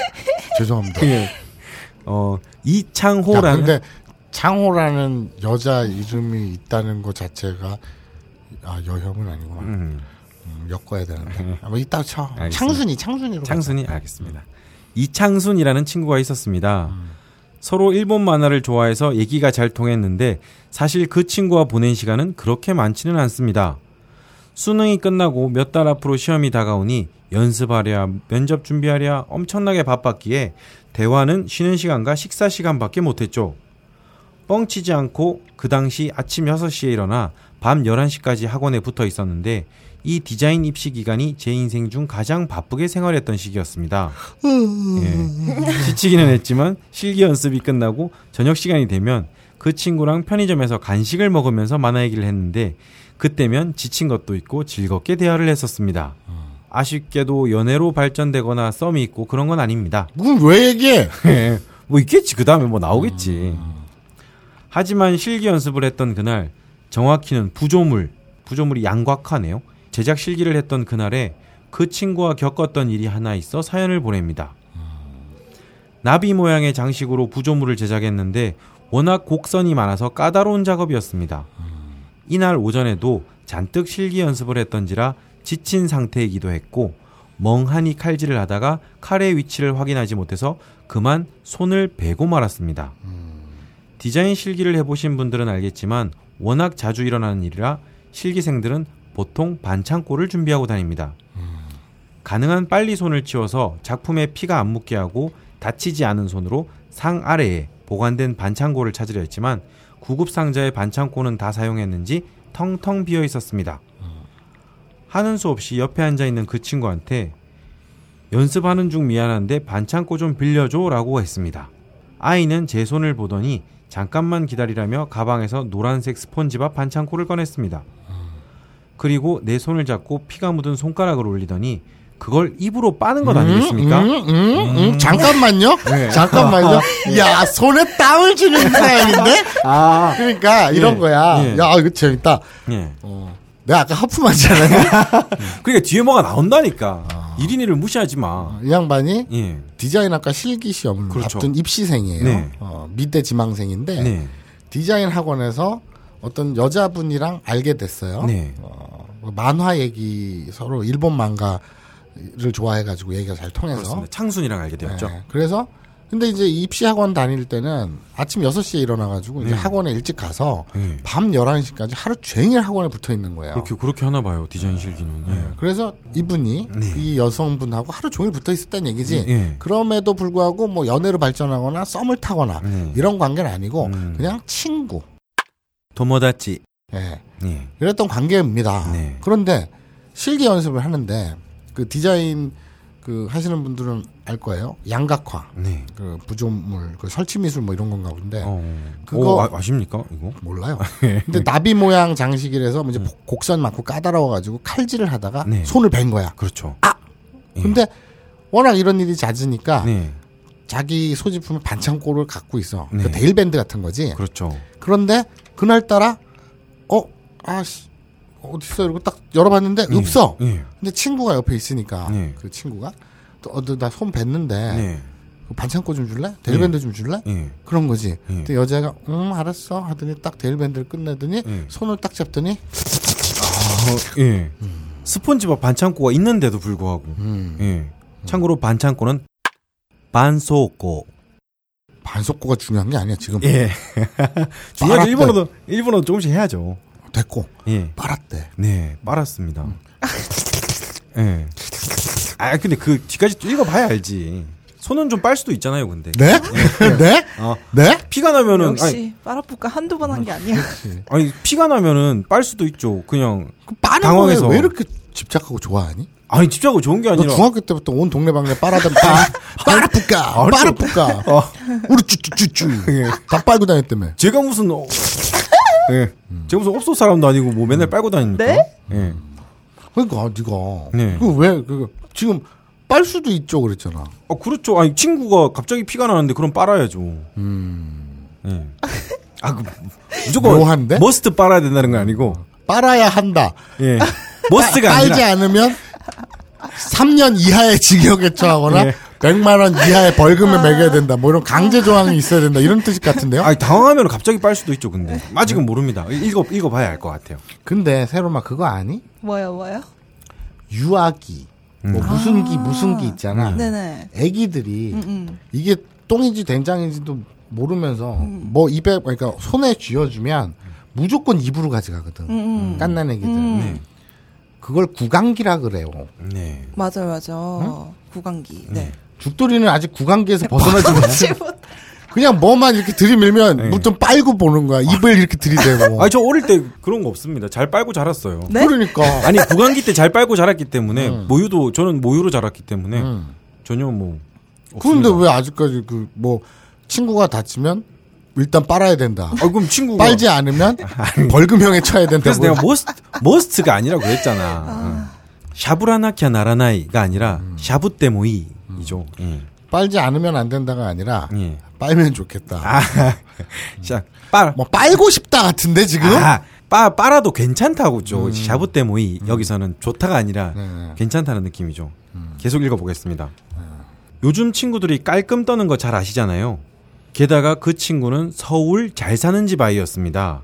B: 죄송합니다.
A: 예. 어,
B: 야,
A: 이창호라는
B: 근데 창호라는 여자 이름이 있다는 것 자체가 아 여혐은 아니구나.
A: 음,
B: 음, 엮어야 되는데. 아, 뭐 이따 쳐.
A: 알겠습니다.
B: 창순이 창순이로.
A: 창순이 알겠습니다. 이창순이라는 친구가 있었습니다. 서로 일본 만화를 좋아해서 얘기가 잘 통했는데 사실 그 친구와 보낸 시간은 그렇게 많지는 않습니다. 수능이 끝나고 몇 달 앞으로 시험이 다가오니 연습하랴 면접 준비하랴 엄청나게 바빴기에 대화는 쉬는 시간과 식사 시간밖에 못했죠. 뻥치지 않고 그 당시 아침 6시에 일어나 밤 11시까지 학원에 붙어 있었는데 이 디자인 입시 기간이 제 인생 중 가장 바쁘게 생활했던 시기였습니다. 예. 지치기는 했지만 실기 연습이 끝나고 저녁 시간이 되면 그 친구랑 편의점에서 간식을 먹으면서 만화 얘기를 했는데 그때면 지친 것도 있고 즐겁게 대화를 했었습니다. 아쉽게도 연애로 발전되거나 썸이 있고 그런 건 아닙니다.
B: 그럼 왜 얘기해?
A: 예. 뭐 있겠지. 그 다음에 뭐 나오겠지. 하지만 실기 연습을 했던 그날, 정확히는 부조물, 부조물이 양곽하네요. 제작 실기를 했던 그날에 그 친구와 겪었던 일이 하나 있어 사연을 보냅니다. 나비 모양의 장식으로 부조물을 제작했는데 워낙 곡선이 많아서 까다로운 작업이었습니다. 이날 오전에도 잔뜩 실기 연습을 했던지라 지친 상태이기도 했고 멍하니 칼질을 하다가 칼의 위치를 확인하지 못해서 그만 손을 베고 말았습니다. 디자인 실기를 해보신 분들은 알겠지만 워낙 자주 일어나는 일이라 실기생들은 보통 반창고를 준비하고 다닙니다. 가능한 빨리 손을 치워서 작품에 피가 안 묻게 하고 다치지 않은 손으로 상 아래에 보관된 반창고를 찾으려 했지만 구급 상자의 반창고는 다 사용했는지 텅텅 비어 있었습니다. 하는 수 없이 옆에 앉아 있는 그 친구한테 연습하는 중 미안한데 반창고 좀 빌려줘라고 했습니다. 아이는 제 손을 보더니 잠깐만 기다리라며 가방에서 노란색 스폰지밥 반창고를 꺼냈습니다. 그리고 내 손을 잡고 피가 묻은 손가락을 올리더니 그걸 입으로 빠는 것 아니겠습니까? 네.
B: 음, 음, 음,
A: [LAUGHS]
B: 음. 잠깐만요. 잠깐만요. 야 손에 땀을 주는 사람인데.
A: 아,
B: 그러니까 이런
A: 예,
B: 거야.
A: 예.
B: 야 이거 재밌다.
A: 예.
B: 어. 내가
A: [LAUGHS]
B: 아까 하품하잖아요.
A: 그러니까 뒤에 뭐가 나온다니까.
B: 아.
A: 1인 1을 무시하지 마.
B: 이 양반이
A: 예.
B: 디자인학과 실기 시험을
A: 그렇죠.
B: 앞둔 입시생이에요.
A: 네.
B: 어, 미대 지망생인데
A: 네.
B: 디자인 학원에서 어떤 여자분이랑 알게 됐어요.
A: 네.
B: 어, 만화 얘기 서로 일본 만가를 좋아해가지고 얘기가 잘 통해서.
A: 그렇습니다. 창순이랑 알게 되었죠.
B: 네. 그래서 근데 이제 입시 학원 다닐 때는 아침 6시에 일어나가지고 이제
A: 네.
B: 학원에 일찍 가서
A: 네.
B: 밤 11시까지 하루 종일 학원에 붙어 있는 거예요.
A: 그렇게 그렇게 하나 봐요. 네. 디자인 실기는. 예.
B: 그래서 이분이 이 여성분하고 하루 종일 붙어 있었다는 얘기지.
A: 예.
B: 그럼에도 불구하고 뭐 연애로 발전하거나 썸을 타거나
A: 예.
B: 이런 관계는 아니고
A: 음.
B: 그냥 친구.
A: 도모다치.
B: 예.
A: 예.
B: 이랬던 관계입니다.
A: 네.
B: 그런데 실기 연습을 하는데 그 디자인 그 하시는 분들은 알 거예요. 양각화.
A: 네.
B: 그 부조물, 그 설치 미술 뭐 이런 건가 본데
A: 어. 네.
B: 그거-
A: 오, 아, 아십니까? 이거? [LAUGHS]
B: 몰라요. 근데 나비 모양 장식이라서 뭐 이제 복- 곡선 많고 까다로워가지고 칼질을 하다가
A: 네.
B: 손을 벤 거야.
A: 그렇죠.
B: 근데 워낙 이런 일이 잦으니까
A: 네.
B: 자기 소지품을 반창고를 갖고 있어.
A: 네.
B: 그 데일밴드 같은 거지.
A: 그렇죠.
B: 그런데 그날따라 어 아씨 어디 있어 이러고 딱 열어봤는데
A: 예.
B: 없어.
A: 예.
B: 근데 친구가 옆에 있으니까
A: 네.
B: 그 친구가 또나손 뱉는데
A: 네.
B: 그 반창고 좀 줄래? 데일밴드 좀 줄래?
A: 예.
B: 그런 거지.
A: 예.
B: 근데 여자가 음 알았어 하더니 딱 데일밴드를 끝내더니
A: 예.
B: 손을 딱 잡더니
A: 어, 예. 스폰지밥 뭐 반창고가 음. 네. 있는데도 불구하고.
B: 음,
A: 예. 참고로 반창고는 반소고
B: 반속고가 중요한 게 아니야 지금
A: [LAUGHS] 예. 중요하게
B: 빨았대.
A: 일본어도 일본어 조금씩 해야죠.
B: 됐고
A: 예.
B: 빨았대.
A: 네, 빨았습니다. 예. 아 근데 그 뒤까지 또 읽어봐야 알지. 손은 좀 빨 수도 있잖아요, 근데.
B: 네? 네?
A: 어.
B: 네?
A: 피가 나면은 아니,
C: 역시 빨아볼까 한두 번 한 게 아니야. [LAUGHS]
A: 아니 피가 나면은 빨 수도 있죠. 그냥
B: 빠는
A: 당황해서.
B: 거에 왜 이렇게 집착하고 좋아하니?
A: 아니 집착하고 좋은 게
B: 너
A: 아니라
B: 뭐 중학교 때부터 온 동네방네 빨아다 빨아 빨아뿌까 빨아뿌까
A: 어. 예.
B: 우르쭈쭈쭈쭈 다 빨고 다녔다며
A: 제가 무슨 어, 예. 제가 무슨 업소 사람도 아니고 뭐 맨날 빨고 다닙니까?
C: 네?
A: 예.
B: 그러니까 니가
A: 네.
B: 그왜 그 지금 빨 수도 있죠 그랬잖아
A: 어 그렇죠. 아니 친구가 갑자기 피가 나는데 그럼 빨아야죠. 음. 예. 아, 그, 무조건
B: 묘한데?
A: 머스트 빨아야 된다는 건 아니고.
B: 빨아야 한다 [LAUGHS]
A: 예.
B: 빨-
A: 머스트가
B: 빨지
A: 아니라
B: 않으면 3년 이하의 징역에 처하거나
A: 예.
B: 100만 원 이하의
C: 아.
B: 벌금을 매겨야 된다 뭐 이런 강제 조항이 있어야 된다 이런 뜻 같은데요
A: 아니 당황하면 갑자기 빨 수도 있죠. 근데 아직은 모릅니다. 읽어 읽어 봐야 알 것 같아요.
B: 근데 새로마 그거 아니?
C: 뭐야 뭐야?
B: 유아기 뭐
A: 음.
B: 무슨 기 무슨 기 있잖아
C: 네네.
B: 애기들이 이게 똥인지 된장인지도 모르면서 뭐 입에 그러니까 손에 쥐어주면 무조건 입으로 가져가거든. 깐난 애기들. 그걸 구강기라 그래요.
A: 네.
C: 맞아요 맞아. 구강기. 네.
B: 죽돌이는 아직 구강기에서 네, 벗어나지 못해.
C: 못-
B: 그냥 뭐만 이렇게 들이밀면 물 좀 빨고 보는 거야. 입을 이렇게 들이대고.
A: 네. 아니 저 어릴 때 그런 거 없습니다. 잘 빨고 자랐어요.
C: 네?
B: 그러니까
A: 아니 구강기 때 잘 빨고 자랐기 때문에 모유도 저는 모유로 자랐기 때문에 전혀 뭐
B: 그런데 왜 아직까지 그 뭐 친구가 다치면 일단 빨아야 된다.
A: 아, 그럼 친구가
B: 빨지 않으면 벌금형에 처해야 된다.
A: 그래서 내가 머스트 머스트가 아니라고 했잖아. 응. 샤브라나키아 나라나이가 아니라 샤브떼모이이죠. 예.
B: 빨지 않으면 안 된다가 아니라
A: 예.
B: 빨면 좋겠다.
A: 아, 자, 빨.
B: 뭐 빨고 싶다 같은데 지금? 음.
A: 아, 빠, 빨아도 괜찮다고죠. 샤브떼모이 여기서는 좋다가 아니라
B: 네. 음.
A: 괜찮다는 느낌이죠. 계속 읽어보겠습니다. 요즘 친구들이 깔끔 떠는 거 잘 아시잖아요. 게다가 그 친구는 서울 잘 사는 집 아이였습니다.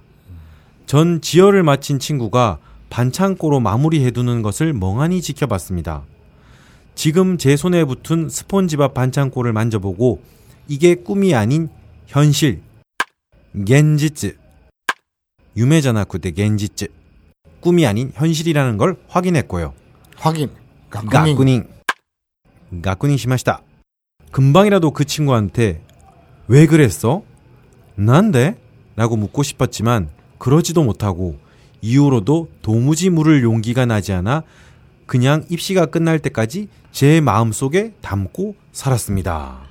A: 전 지열을 마친 친구가 반창고로 마무리해두는 것을 멍하니 지켜봤습니다. 지금 제 손에 붙은 스폰지밥 반창고를 만져보고 이게 꿈이 아닌 현실 겐지츠 유메자나 그대 겐지츠 꿈이 아닌 현실이라는 걸 확인했고요.
B: 확인. 가꾸닝.
A: 가꾸닝 가꾸닝 시마시다. 금방이라도 그 친구한테 왜 그랬어? 난데? 라고 묻고 싶었지만 그러지도 못하고 이후로도 도무지 물을 용기가 나지 않아 그냥 입시가 끝날 때까지 제 마음속에 담고 살았습니다.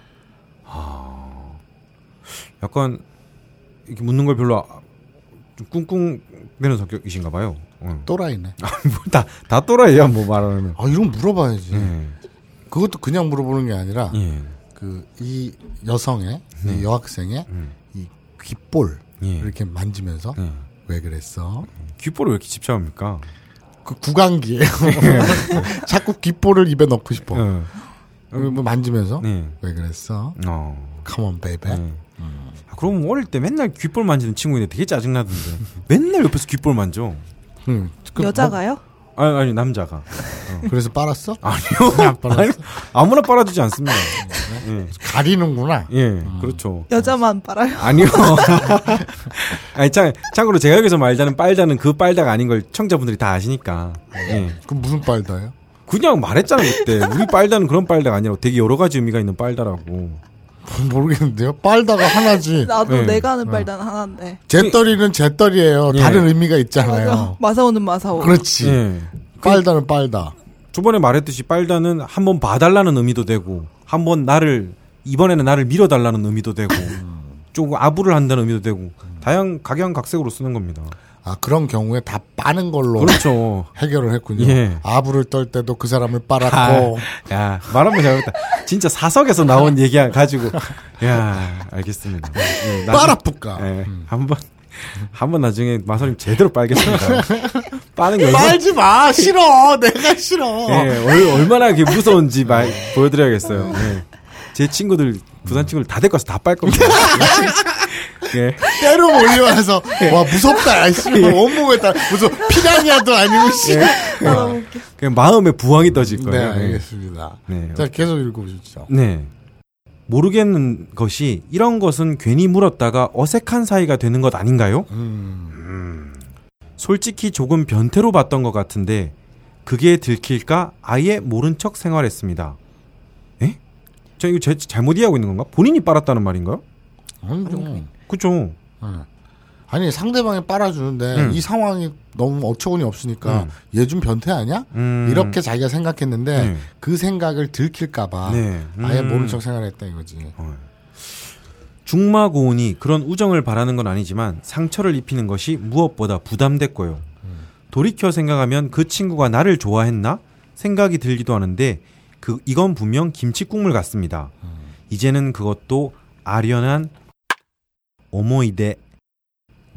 A: 아, 약간 이렇게 묻는 걸 별로 아- 좀 꿍꿍대는 성격이신가 봐요. 응.
B: 또라이네.
A: 아, 뭐 다, 다 또라이야, 뭐 말하면.
B: 아 이런 거 물어봐야지.
A: 예.
B: 그것도 그냥 물어보는 게 아니라
A: 예.
B: 그 이 여성의 이 여학생의 이 귓볼
A: 예.
B: 이렇게 만지면서
A: 예.
B: 왜 그랬어?
A: 귓볼을 왜 이렇게 집착합니까?
B: 그
A: [LAUGHS]
B: 구강기예요. 자꾸 귓볼을 입에 넣고 싶어.
A: 예.
B: 뭐 만지면서
A: 네.
B: 왜 그랬어?
A: 어.
B: 컴온 베이베.
A: 예. 아, 그럼 어릴 때 맨날 귓볼 만지는 친구인데 되게 [LAUGHS] 짜증나던데. 맨날 옆에서 귓볼 만져.
B: 음, 그
C: 여자가요?
A: 아니, 아니, 남자가.
B: 뭐- 그래서 빨았어?
A: [LAUGHS] 아니요.
B: 빨았어?
A: 아니, 아무나 빨아주지 않습니다. 예.
B: 가리는구나.
A: 예, 그렇죠.
C: 여자만 빨아요. [LAUGHS]
A: 아니요. [LAUGHS] 아니, 참, 참고로 제가 여기서 말자는 빨다는 그 빨다가 아닌 걸 청자분들이 다 아시니까. 예.
B: 그 무슨 빨다예요?
A: 그냥 말했잖아, 그때. 우리 빨다는 그런 빨다가 아니라고. 되게 여러 가지 의미가 있는 빨다라고.
B: 모르겠는데요. 빨다가 [LAUGHS] 하나지.
C: 나도
A: 예.
C: 내가 하는 빨단 하나인데.
B: 제떨이는 제떨이에요.
A: 예.
B: 다른 의미가
C: 맞아.
B: 있잖아요.
C: [LAUGHS] 마사오는 마사오.
B: 그렇지.
A: 예.
B: 빨다는 빨다.
A: 저번에 말했듯이 빨다는 한 번 봐달라는 의미도 되고 한 번 나를 이번에는 나를 밀어달라는 의미도 되고 조금 아부를 한다는 의미도 되고 다양 각양각색으로 쓰는 겁니다.
B: 아 그런 경우에 다 빠는 걸로
A: 그렇죠.
B: 해결을 했군요.
A: 예.
B: 아부를 떨 때도 그 사람을
A: 아,
B: 빨았고
A: 야 말하면 잘못다. 진짜 사석에서 나온 얘기 가지고 야 알겠습니다. 예, 나중-
B: 빨아뿌까.
A: 예, 한번 한번 나중에 마선님 제대로 빨겠습니다. 빠는 게 얼마나,
B: 빨지 마 싫어 내가 싫어.
A: 예, 얼- 얼마나 이게 무서운지 말, 보여드려야겠어요. 예. 제 친구들 부산 친구들 다 데리고 와서 다 빨 겁니다. 예.
B: 때로 몰려와서 와 무섭다. 아, 싫어 온몸에 다 무슨 피라냐도 아니고 싫어.
A: 그냥 마음에 부황이 떠질 예. 거예요.
B: 네
A: 예.
B: 알겠습니다.
A: 네.
B: 자 계속 읽어보시죠.
A: 네. 모르겠는 것이 이런 것은 괜히 물었다가 어색한 사이가 되는 것 아닌가요?
B: 음,
A: 솔직히 조금 변태로 봤던 것 같은데 그게 들킬까 아예 모른 척 생활했습니다. 에? 저 이거 제, 잘못 이해하고 있는 건가? 본인이 빨았다는 말인가요?
B: 아니죠.
A: 그죠?
B: 예. 아니 상대방이 빨아주는데
A: 음.
B: 이 상황이 너무 어처구니 없으니까
A: 음.
B: 얘 좀 변태 아니야?
A: 음.
B: 이렇게 자기가 생각했는데
A: 네.
B: 그 생각을 들킬까봐
A: 네.
B: 아예
A: 음.
B: 모른 척 생각했다 이거지.
A: 중마고온이 그런 우정을 바라는 건 아니지만 상처를 입히는 것이 무엇보다 부담됐고요. 돌이켜 생각하면 그 친구가 나를 좋아했나 생각이 들기도 하는데 그 이건 분명 김치 국물 같습니다. 이제는 그것도 아련한 오모이데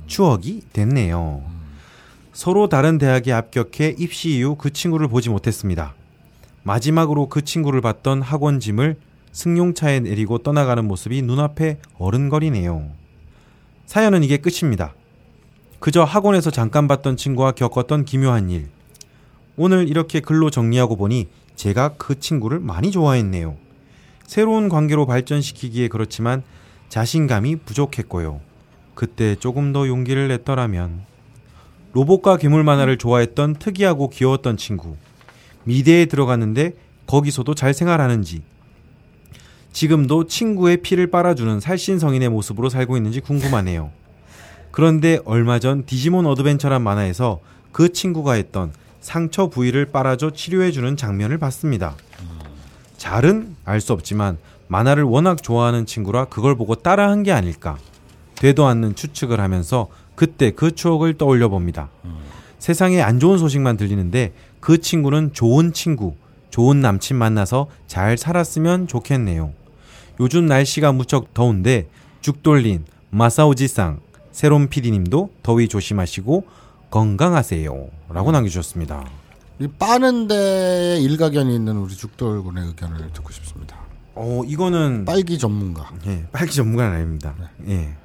A: 추억이 됐네요. 서로 다른 대학에 합격해 입시 이후 그 친구를 보지 못했습니다. 마지막으로 그 친구를 봤던 학원 짐을 승용차에 내리고 떠나가는 모습이 눈앞에 어른거리네요. 사연은 이게 끝입니다. 그저 학원에서 잠깐 봤던 친구와 겪었던 기묘한 일. 오늘 이렇게 글로 정리하고 보니 제가 그 친구를 많이 좋아했네요. 새로운 관계로 발전시키기에 그렇지만 자신감이 부족했고요. 그때 조금 더 용기를 냈더라면. 로봇과 괴물 만화를 좋아했던 특이하고 귀여웠던 친구. 미대에 들어갔는데 거기서도 잘 생활하는지 지금도 친구의 피를 빨아주는 살신 성인의 모습으로 살고 있는지 궁금하네요. 그런데 얼마 전 디지몬 어드벤처란 만화에서 그 친구가 했던 상처 부위를 빨아줘 치료해주는 장면을 봤습니다. 잘은 알 수 없지만 만화를 워낙 좋아하는 친구라 그걸 보고 따라한 게 아닐까. 되도 않는 추측을 하면서 그때 그 추억을 떠올려 봅니다. 세상에 안 좋은 소식만 들리는데 그 친구는 좋은 친구, 좋은 남친 만나서 잘 살았으면 좋겠네요. 요즘 날씨가 무척 더운데 죽돌린 마사오지상 새롬 PD님도 더위 조심하시고 건강하세요라고 남겨주셨습니다.
B: 이 빠는 데에 일가견이 있는 우리 죽돌군의 의견을 듣고 싶습니다.
A: 어 이거는
B: 빨기 전문가
A: 예, 빨기 전문가는 아닙니다. 예,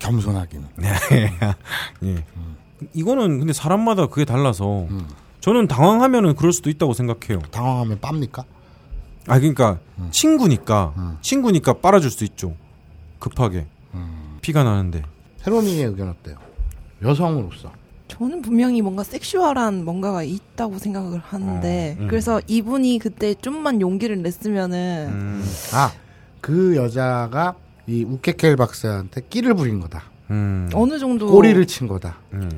B: 겸손하기는
A: 네. [LAUGHS] 예. 이거는 근데 사람마다 그게 달라서 저는 당황하면은 그럴 수도 있다고 생각해요.
B: 당황하면 빱니까?
A: 아 그러니까 친구니까 친구니까 빨아줄 수 있죠. 급하게 피가 나는데
B: 페로미의 의견 어때요? 여성으로서
C: 저는 분명히 뭔가 섹슈얼한 뭔가가 있다고 생각을 하는데
B: 음,
C: 그래서 이분이 그때 좀만 용기를 냈으면은
B: 아 그 여자가 이 우케켈 박사한테 끼를 부린 거다.
A: 음.
C: 어느 정도
B: 꼬리를 친 거다.
A: 음.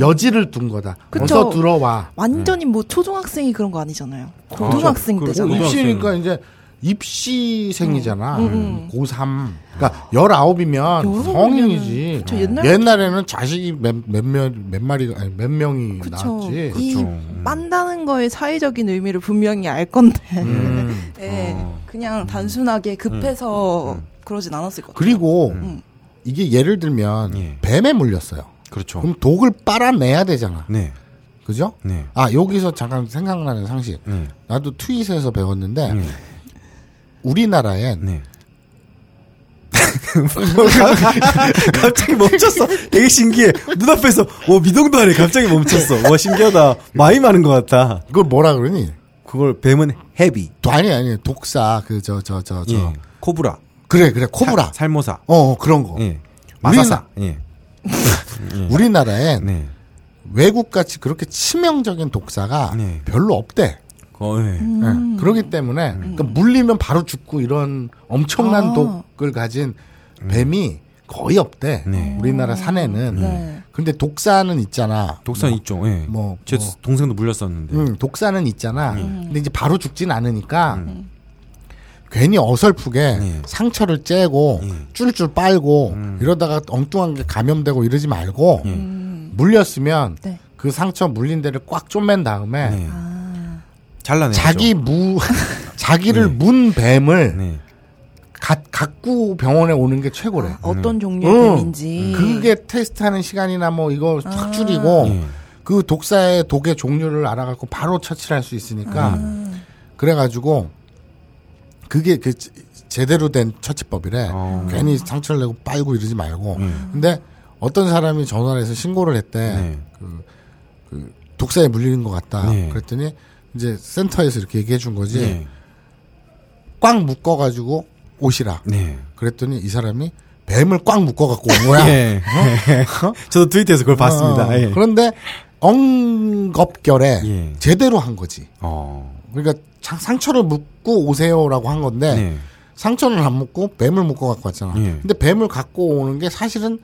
B: 여지를 둔 거다.
C: 그쵸.
B: 어서 들어와.
C: 완전히
B: 음.
C: 뭐 초등학생이 그런 거 아니잖아요.
B: 그렇죠.
C: 고등학생
A: 그-
C: 때잖아요.
A: 고등학생.
B: 입시니까 이제 입시생이잖아.
C: 음, 음,
B: 고3. 그러니까 19이면
C: 열아홉이면은-
B: 성인이지.
C: 그쵸, 옛날-
B: 옛날에는 자식이 몇, 몇, 몇, 몇 마리, 아니, 몇 명이
C: 그쵸.
B: 낳았지. 그렇죠.
C: 이
A: 그쵸. 음.
C: 빤다는 거의 사회적인 의미를 분명히 알 건데,
B: 음.
C: [LAUGHS] 예,
A: 어.
C: 그냥 단순하게 급해서 그러진 않았을 것 같아요.
B: 그리고
C: 음.
B: 이게 예를 들면
A: 예.
B: 뱀에 물렸어요.
A: 그렇죠.
B: 그럼 독을 빨아내야 되잖아.
A: 네,
B: 그죠?
A: 네,
B: 아, 여기서 잠깐 생각나는 상식.
A: 네,
B: 나도 트윗에서 배웠는데
A: 음.
B: 우리나라엔
A: 네. [LAUGHS] 갑자기 멈췄어. 되게 신기해. 눈앞에서 뭐 미동도 안에 갑자기 멈췄어. 와 신기하다. 많이 많은 것 같다.
B: 그걸 뭐라 그러니?
A: 그걸 뱀은 헤비,
B: 도- 아니 아니 독사 그 저 저 저 저
A: 예. 코브라,
B: 그래 그래 코브라
A: 사- 살모사,
B: 어, 어 그런 거
A: 예. 마사사, 예.
B: 우리나라엔
A: 네,
B: 외국 같이 그렇게 치명적인 독사가
A: 네.
B: 별로 없대
A: 거, 예.
B: 예,
C: 음.
B: 그렇기 때문에
A: 음.
B: 그러니까 물리면 바로 죽고 이런 엄청난
C: 아.
B: 독을 가진 뱀이 거의 없대
A: 네.
B: 우리나라 산에는
C: 네.
B: 근데 독사는 있잖아
A: 독산
B: 뭐,
A: 있죠. 예.
B: 뭐,
A: 제
B: 뭐.
A: 동생도 물렸었는데.
B: 음, 독사는 있잖아
A: 예.
B: 근데 이제 바로 죽진 않으니까
A: 음.
B: 괜히 어설프게
A: 네.
B: 상처를 째고
A: 예.
B: 쫄줄 빨고
A: 음.
B: 이러다가 엉뚱한 게 감염되고 이러지 말고
A: 예.
B: 음. 물렸으면
C: 네.
B: 그 상처 물린 데를 꽉 쪼맨 다음에
A: 네. 잘라내죠.
B: 자기 무 [LAUGHS] 자기를 문 뱀을
A: 네.
B: 가- 갖고 병원에 오는 게 최고래.
C: 어떤 종류의
B: 응.
C: 뱀인지.
B: 그게 테스트하는 시간이나 뭐 이거 확 줄이고
A: 예.
B: 그 독사의 독의 종류를 알아갖고 바로 처치를 할 수 있으니까 그래가지고 그게 그 제- 제대로 된 처치법이래
A: 어.
B: 괜히 상처를 내고 빨고 이러지 말고
A: 예.
B: 근데 어떤 사람이 전화를 해서 신고를 했대
A: 네.
B: 그, 그 독사에 물리는 것 같다
A: 네.
B: 그랬더니 이제 센터에서 이렇게 얘기해 준 거지
A: 예.
B: 꽉 묶어가지고 오시라.
A: 네.
B: 그랬더니 이 사람이 뱀을 꽉 묶어갖고 온
A: [LAUGHS]
B: 거야.
A: 예. [LAUGHS] 저도 트위터에서 그걸 봤습니다.
B: 어,
A: 예.
B: 그런데 엉겁결에
A: 예.
B: 제대로 한 거지.
A: 어.
B: 그러니까 자- 상처를 묶고 오세요라고 한 건데
A: 네.
B: 상처는 안 묶고 뱀을 묶어 갖고 왔잖아.
A: 예.
B: 근데 뱀을 갖고 오는 게 사실은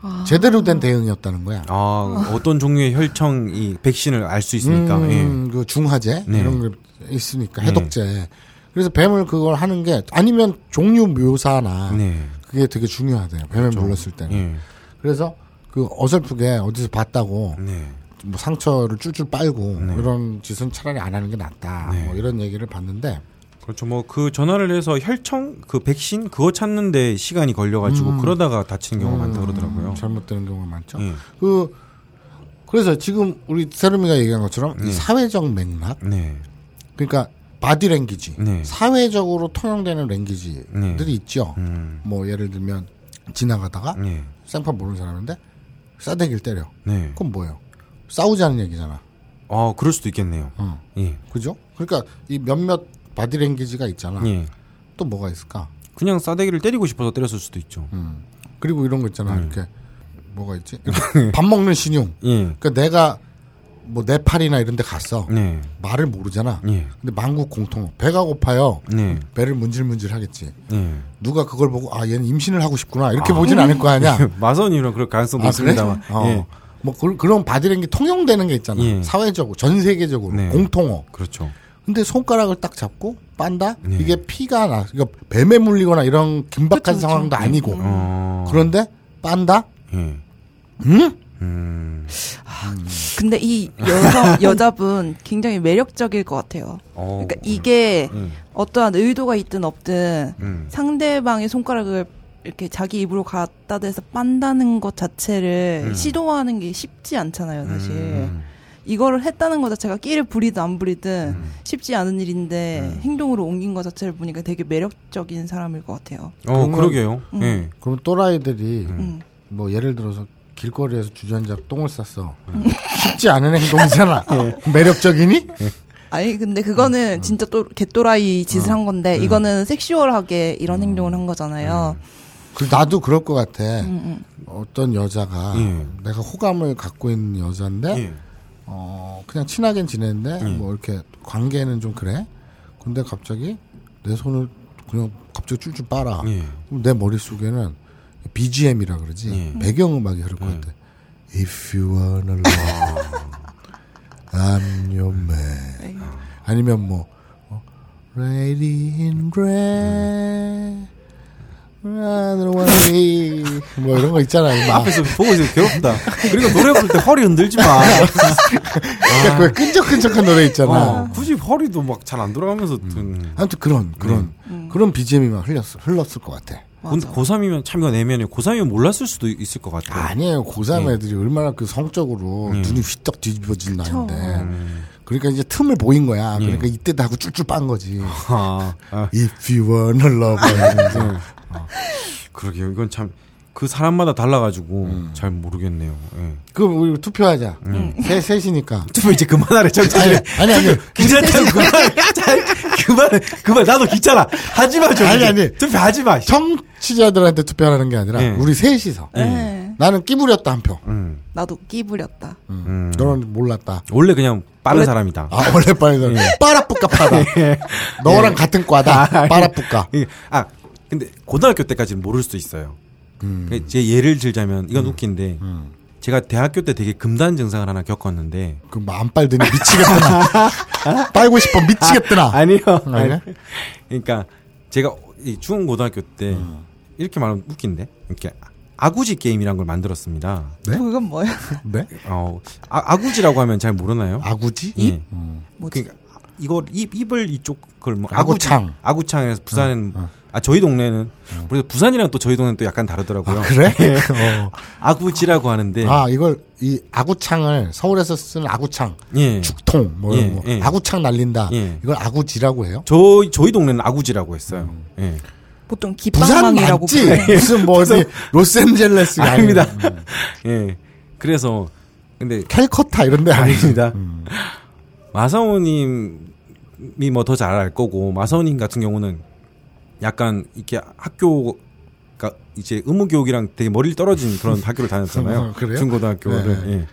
C: 아.
B: 제대로 된 대응이었다는 거야.
A: 아, 어떤 종류의 혈청이 백신을 알 수 있으니까. 예.
B: 음, 그 중화제
A: 네.
B: 이런 게 있으니까 해독제. 그래서 뱀을 그걸 하는 게 아니면 종류 묘사나
A: 네.
B: 그게 되게 중요하대요. 뱀을 물렀을 때는.
A: 예.
B: 그래서 그 어설프게 어디서 봤다고
A: 네.
B: 뭐 상처를 쫄쫄 빨고 이런 짓은 차라리 안 하는 게 낫다.
A: 네.
B: 뭐 이런 얘기를 봤는데
A: 그렇죠. 뭐 그 전화를 해서 혈청 그 백신 그거 찾는데 시간이
B: 음.
A: 걸려가지고 그러다가 다치는 경우가 많다 그러더라고요.
B: 잘못되는 경우가 많죠.
A: 예.
B: 그 그래서 지금 우리 세르미가 얘기한 것처럼 이 사회적 맥락
A: 네.
B: 그러니까 바디 랭귀지
A: 네.
B: 사회적으로 통용되는 랭귀지들이
A: 네.
B: 있죠.
A: 음.
B: 뭐 예를 들면 지나가다가
A: 네.
B: 생판 모르는 사람인데 싸대기를 때려.
A: 네.
B: 그건 뭐예요? 싸우자는 얘기잖아.
A: 아, 그럴 수도 있겠네요.
B: 어.
A: 예.
B: 그죠? 그러니까 이 몇몇 바디 랭귀지가 있잖아.
A: 예.
B: 또 뭐가 있을까?
A: 그냥 싸대기를 때리고 싶어서 때렸을 수도 있죠.
B: 음. 그리고 이런 거 있잖아.
A: 네.
B: 이렇게 뭐가 있지? [LAUGHS] 이렇게 밥 먹는 신용.
A: 예.
B: 그러니까 내가 뭐 네팔이나 이런 데 갔어.
A: 네.
B: 말을 모르잖아.
A: 예.
B: 근데 만국 공통 배가 고파요.
A: 네.
B: 배를 문질문질 하겠지.
A: 예.
B: 누가 그걸 보고 아 얘는 임신을 하고 싶구나 이렇게 보진 않을 거
A: [LAUGHS]
B: 아니야.
A: 마선이랑 그럴 가능성도
B: 아 그래?
A: 있습니다만.
B: 어.
A: 네, 예.
B: 뭐 그, 그런 바디랭귀 통용되는 게 있잖아.
A: 예.
B: 사회적으로 전 세계적으로
A: 네.
B: 공통어.
A: 그렇죠.
B: 근데 손가락을 딱 잡고 빤다.
A: 네.
B: 이게 피가 나. 그러니까 뱀에 물리거나 이런 긴박한 상황도 아니고.
A: 어.
B: 그런데 빤다.
A: 예.
B: 응?
A: 음.
C: 근데 이
A: [LAUGHS]
C: 여성 여자분 굉장히 매력적일 것 같아요.
A: 어.
C: 그러니까 이게
A: 음.
C: 어떠한 의도가 있든 없든
A: 음.
C: 상대방의 손가락을 이렇게 자기 입으로 갖다 대서 빤다는 것 자체를
A: 음.
C: 시도하는 게 쉽지 않잖아요, 사실.
A: 음.
C: 이거를 했다는 것 자체가 끼를 부리든 안 부리든
A: 음.
C: 쉽지 않은 일인데
A: 음.
C: 행동으로 옮긴 것 자체를 보니까 되게 매력적인 사람일 것 같아요.
A: 어,
B: 그러면-
A: 그러게요.
C: 음.
A: 예.
B: 그럼 또라이들이
C: 음.
B: 뭐 예를 들어서 길거리에서 주전자 똥을 쌌어. 쉽지 않은 행동이잖아. 매력적이니?
C: 아니 근데 그거는
A: 음.
C: 진짜 또 개또라이 짓을 한 건데 이거는 섹슈얼하게 이런
A: 음.
C: 행동을 한 거잖아요.
B: 그 나도 그럴 것 같아.
C: 음, 음.
B: 어떤 여자가
A: 예.
B: 내가 호감을 갖고 있는 여잔데
A: 예.
B: 어 그냥 친하게 지냈는데 뭐 이렇게 관계는 좀 그래. 근데 갑자기 내 손을 그냥 갑자기 줄줄 빨아.
A: 예.
B: 그럼 내 머릿속에는 BGM이라 그러지.
A: 예.
B: 배경 음악이 흐를 것 같아. If you wanna love I'm your man. 아니면 뭐 어, Lady in Red I don't wanna be 뭐 이런 거 있잖아. 막
A: 앞에서 보고 있으면 괴롭다. 그리고 노래 부를 때 허리 흔들지 마.
B: 그러니까 그 끈적끈적한 노래 있잖아.
A: 아. 어, 굳이 허리도 막 잘 안 돌아가면서 듣는.
B: 아무튼 그런 그런
A: 네.
B: 그런 BGM이 막 흘렸 흘렀을 것 같아.
A: 근데 고3이면 참 이건 애매해요. 고3이면 몰랐을 수도 있을 것 같아요.
B: 아니에요. 고3
A: 네.
B: 애들이 얼마나 그 성적으로
A: 음.
B: 눈이 휘떡 뒤집어진 나인데. 그러니까 이제 틈을 보인 거야. 그러니까 이때도 하고 쫄쫄 빤 거지.
A: 예. 아, 아,
B: If you wanna love
A: 음.
B: me.
A: 그러게요. 이건 참 그 사람마다 달라가지고 잘 모르겠네요. 예.
B: 그럼 우리 투표하자.
A: 음.
B: 셋, 셋이니까.
A: 투표 이제 그만하래.
B: 아니,
A: 천천히.
B: 아니, 아니.
A: 괜찮다고 그만해. 그만해. 그만해. 나도 귀찮아. 하지 마, 좀.
B: 아니, 아니.
A: 투표하지 마. 씨.
B: 청취자들한테 투표하는 게 아니라
A: 예.
B: 우리 셋이서.
C: 네.
B: 나는 끼부렸다 한 표.
A: 음,
C: 나도 끼부렸다.
B: 네?
A: 음.
B: 너는 몰랐다.
A: 원래 그냥 빠른 사람이다.
B: 아, 원래 빠에서
A: 예. [LAUGHS]
B: 빠라뿌까파다. 너랑 같은 과다. 빠라뿌까.
A: 이게- 아 근데 고등학교 때까지는 모를 수도 있어요.
B: 음.
A: 그제 예를 들자면 이건 웃긴데 제가 대학교 때 되게 금단 증상을 하나 겪었는데
B: 그안 빨더니
A: [LAUGHS]
B: 미치겠더나. 빨고 싶어 미치겠더나.
A: 아니요.
B: 아니야?
A: 아니. 그러니까 제가 이 중고등학교 때
B: 음.
A: 이렇게 말하면 웃긴데 이렇게 아구지 게임이란 걸 만들었습니다.
B: 네?
C: 그건 뭐야? [LAUGHS]
B: 네?
A: 어, 아, 아구지라고 하면 잘 모르나요?
B: 아구지? 음.
A: 예.
C: 뭐지?
A: 그러니까 이거 입 입을 이쪽 그걸 뭐
B: 아구창. 음,
A: 아구지- 아구창에서 부산은 아 저희 동네는 그래서 부산이랑 또 저희 동네는 또 약간 다르더라고요. [LAUGHS]
B: 아, 그래?
A: 네.
B: 어.
A: 아구지라고 하는데
B: 아 이걸 이 아구창을 서울에서 쓰는 아구창,
A: 예.
B: 죽통 뭐 이런
A: 예,
B: 거.
A: 예.
B: 아구창 날린다.
A: 예.
B: 이걸 아구지라고 해요?
A: 저희 저희 동네는 아구지라고 했어요. 예.
C: 보통
B: 부산
C: 기빵망이라고
B: 맞지? 무슨 뭐 어디 로스앤젤레스가
A: 아닙니다.
B: 아니에요.
A: 예. 그래서 근데
B: 캘커타 이런 데 아닙니다.
A: 아닙니다. 마사오님이 뭐 더 잘 알 거고 마사오님 같은 경우는 약간 이렇게 학교 가 이제 의무 교육이랑 되게 머리를 떨어진
B: [LAUGHS]
A: 그런 학교를 다녔잖아요.
B: 어, 그래요?
A: 중고등학교를.
B: 네.
A: 예.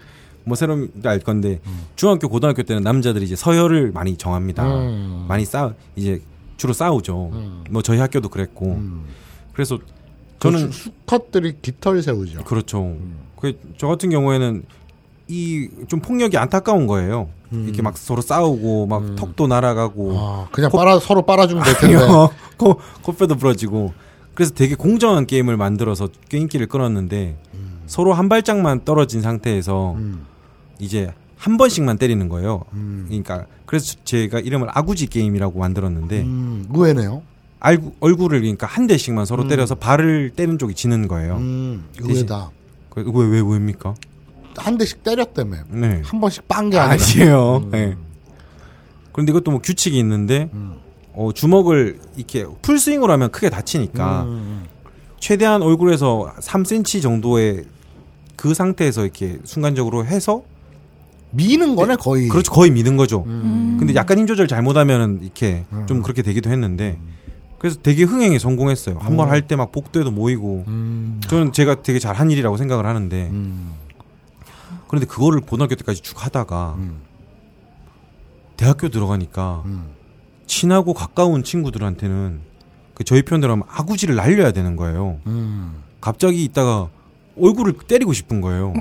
A: 뭐 새로운 게알 건데 중학교 고등학교 때는 남자들이 이제 서열을 많이 정합니다.
B: 음.
A: 많이 싸 이제 주로 싸우죠. 뭐 저희 학교도 그랬고. 그래서 저는
B: 음. 저는 수컷들이 깃털 세우죠.
A: 그렇죠.
B: 음.
A: 그 저 같은 경우에는 이 좀 폭력이 안타까운 거예요. 이렇게 막 서로 싸우고 막 턱도 날아가고
B: 음. 아, 네. 그냥 빨아 서로 빨아주면 될 텐데.
A: 어, [LAUGHS] 코, 코뼈도 부러지고 그래서 되게 공정한 게임을 만들어서 게임기를 끊었는데
B: 음.
A: 서로 한 발짝만 떨어진 상태에서 이제 한 번씩만 때리는 거예요.
B: 음.
A: 그러니까 그래서 제가 이름을 아구지 게임이라고 만들었는데
B: 음, 의외네요.
A: 알구- 얼굴을 그러니까 한 대씩만 서로 때려서 발을 때는 쪽이 지는 거예요. 그,
B: 음, 의외다.
A: 왜왜 왜입니까?
B: 한 대씩 때렸다며.
A: 네.
B: 한 번씩 빤 게 아니라. 네.
A: 아니에요. 예. 그런데 이것도 뭐 규칙이 있는데 어, 주먹을 이렇게 풀 스윙으로 하면 크게 다치니까
B: 음.
A: 최대한 얼굴에서 3cm 정도의 그 상태에서 이렇게 순간적으로 해서
B: 미는 거네 거의.
A: 그렇죠 거의 미는 거죠.
B: 음.
A: 근데 약간 힘 조절 잘못하면은 이렇게 좀 그렇게 되기도 했는데 그래서 되게 흥행에 성공했어요. 한 번 할 때 막 복도에도 모이고
B: 음,
A: 저는 제가 되게 잘한 일이라고 생각을 하는데
B: 음.
A: 그런데 그거를 고등학교 때까지 쭉 하다가
B: 음.
A: 대학교 들어가니까
B: 음.
A: 친하고 가까운 친구들한테는 그 저희 표현대로 하면 아구지를 날려야 되는 거예요.
B: 음.
A: 갑자기 있다가 얼굴을 때리고 싶은
B: [LAUGHS]
A: 거예요.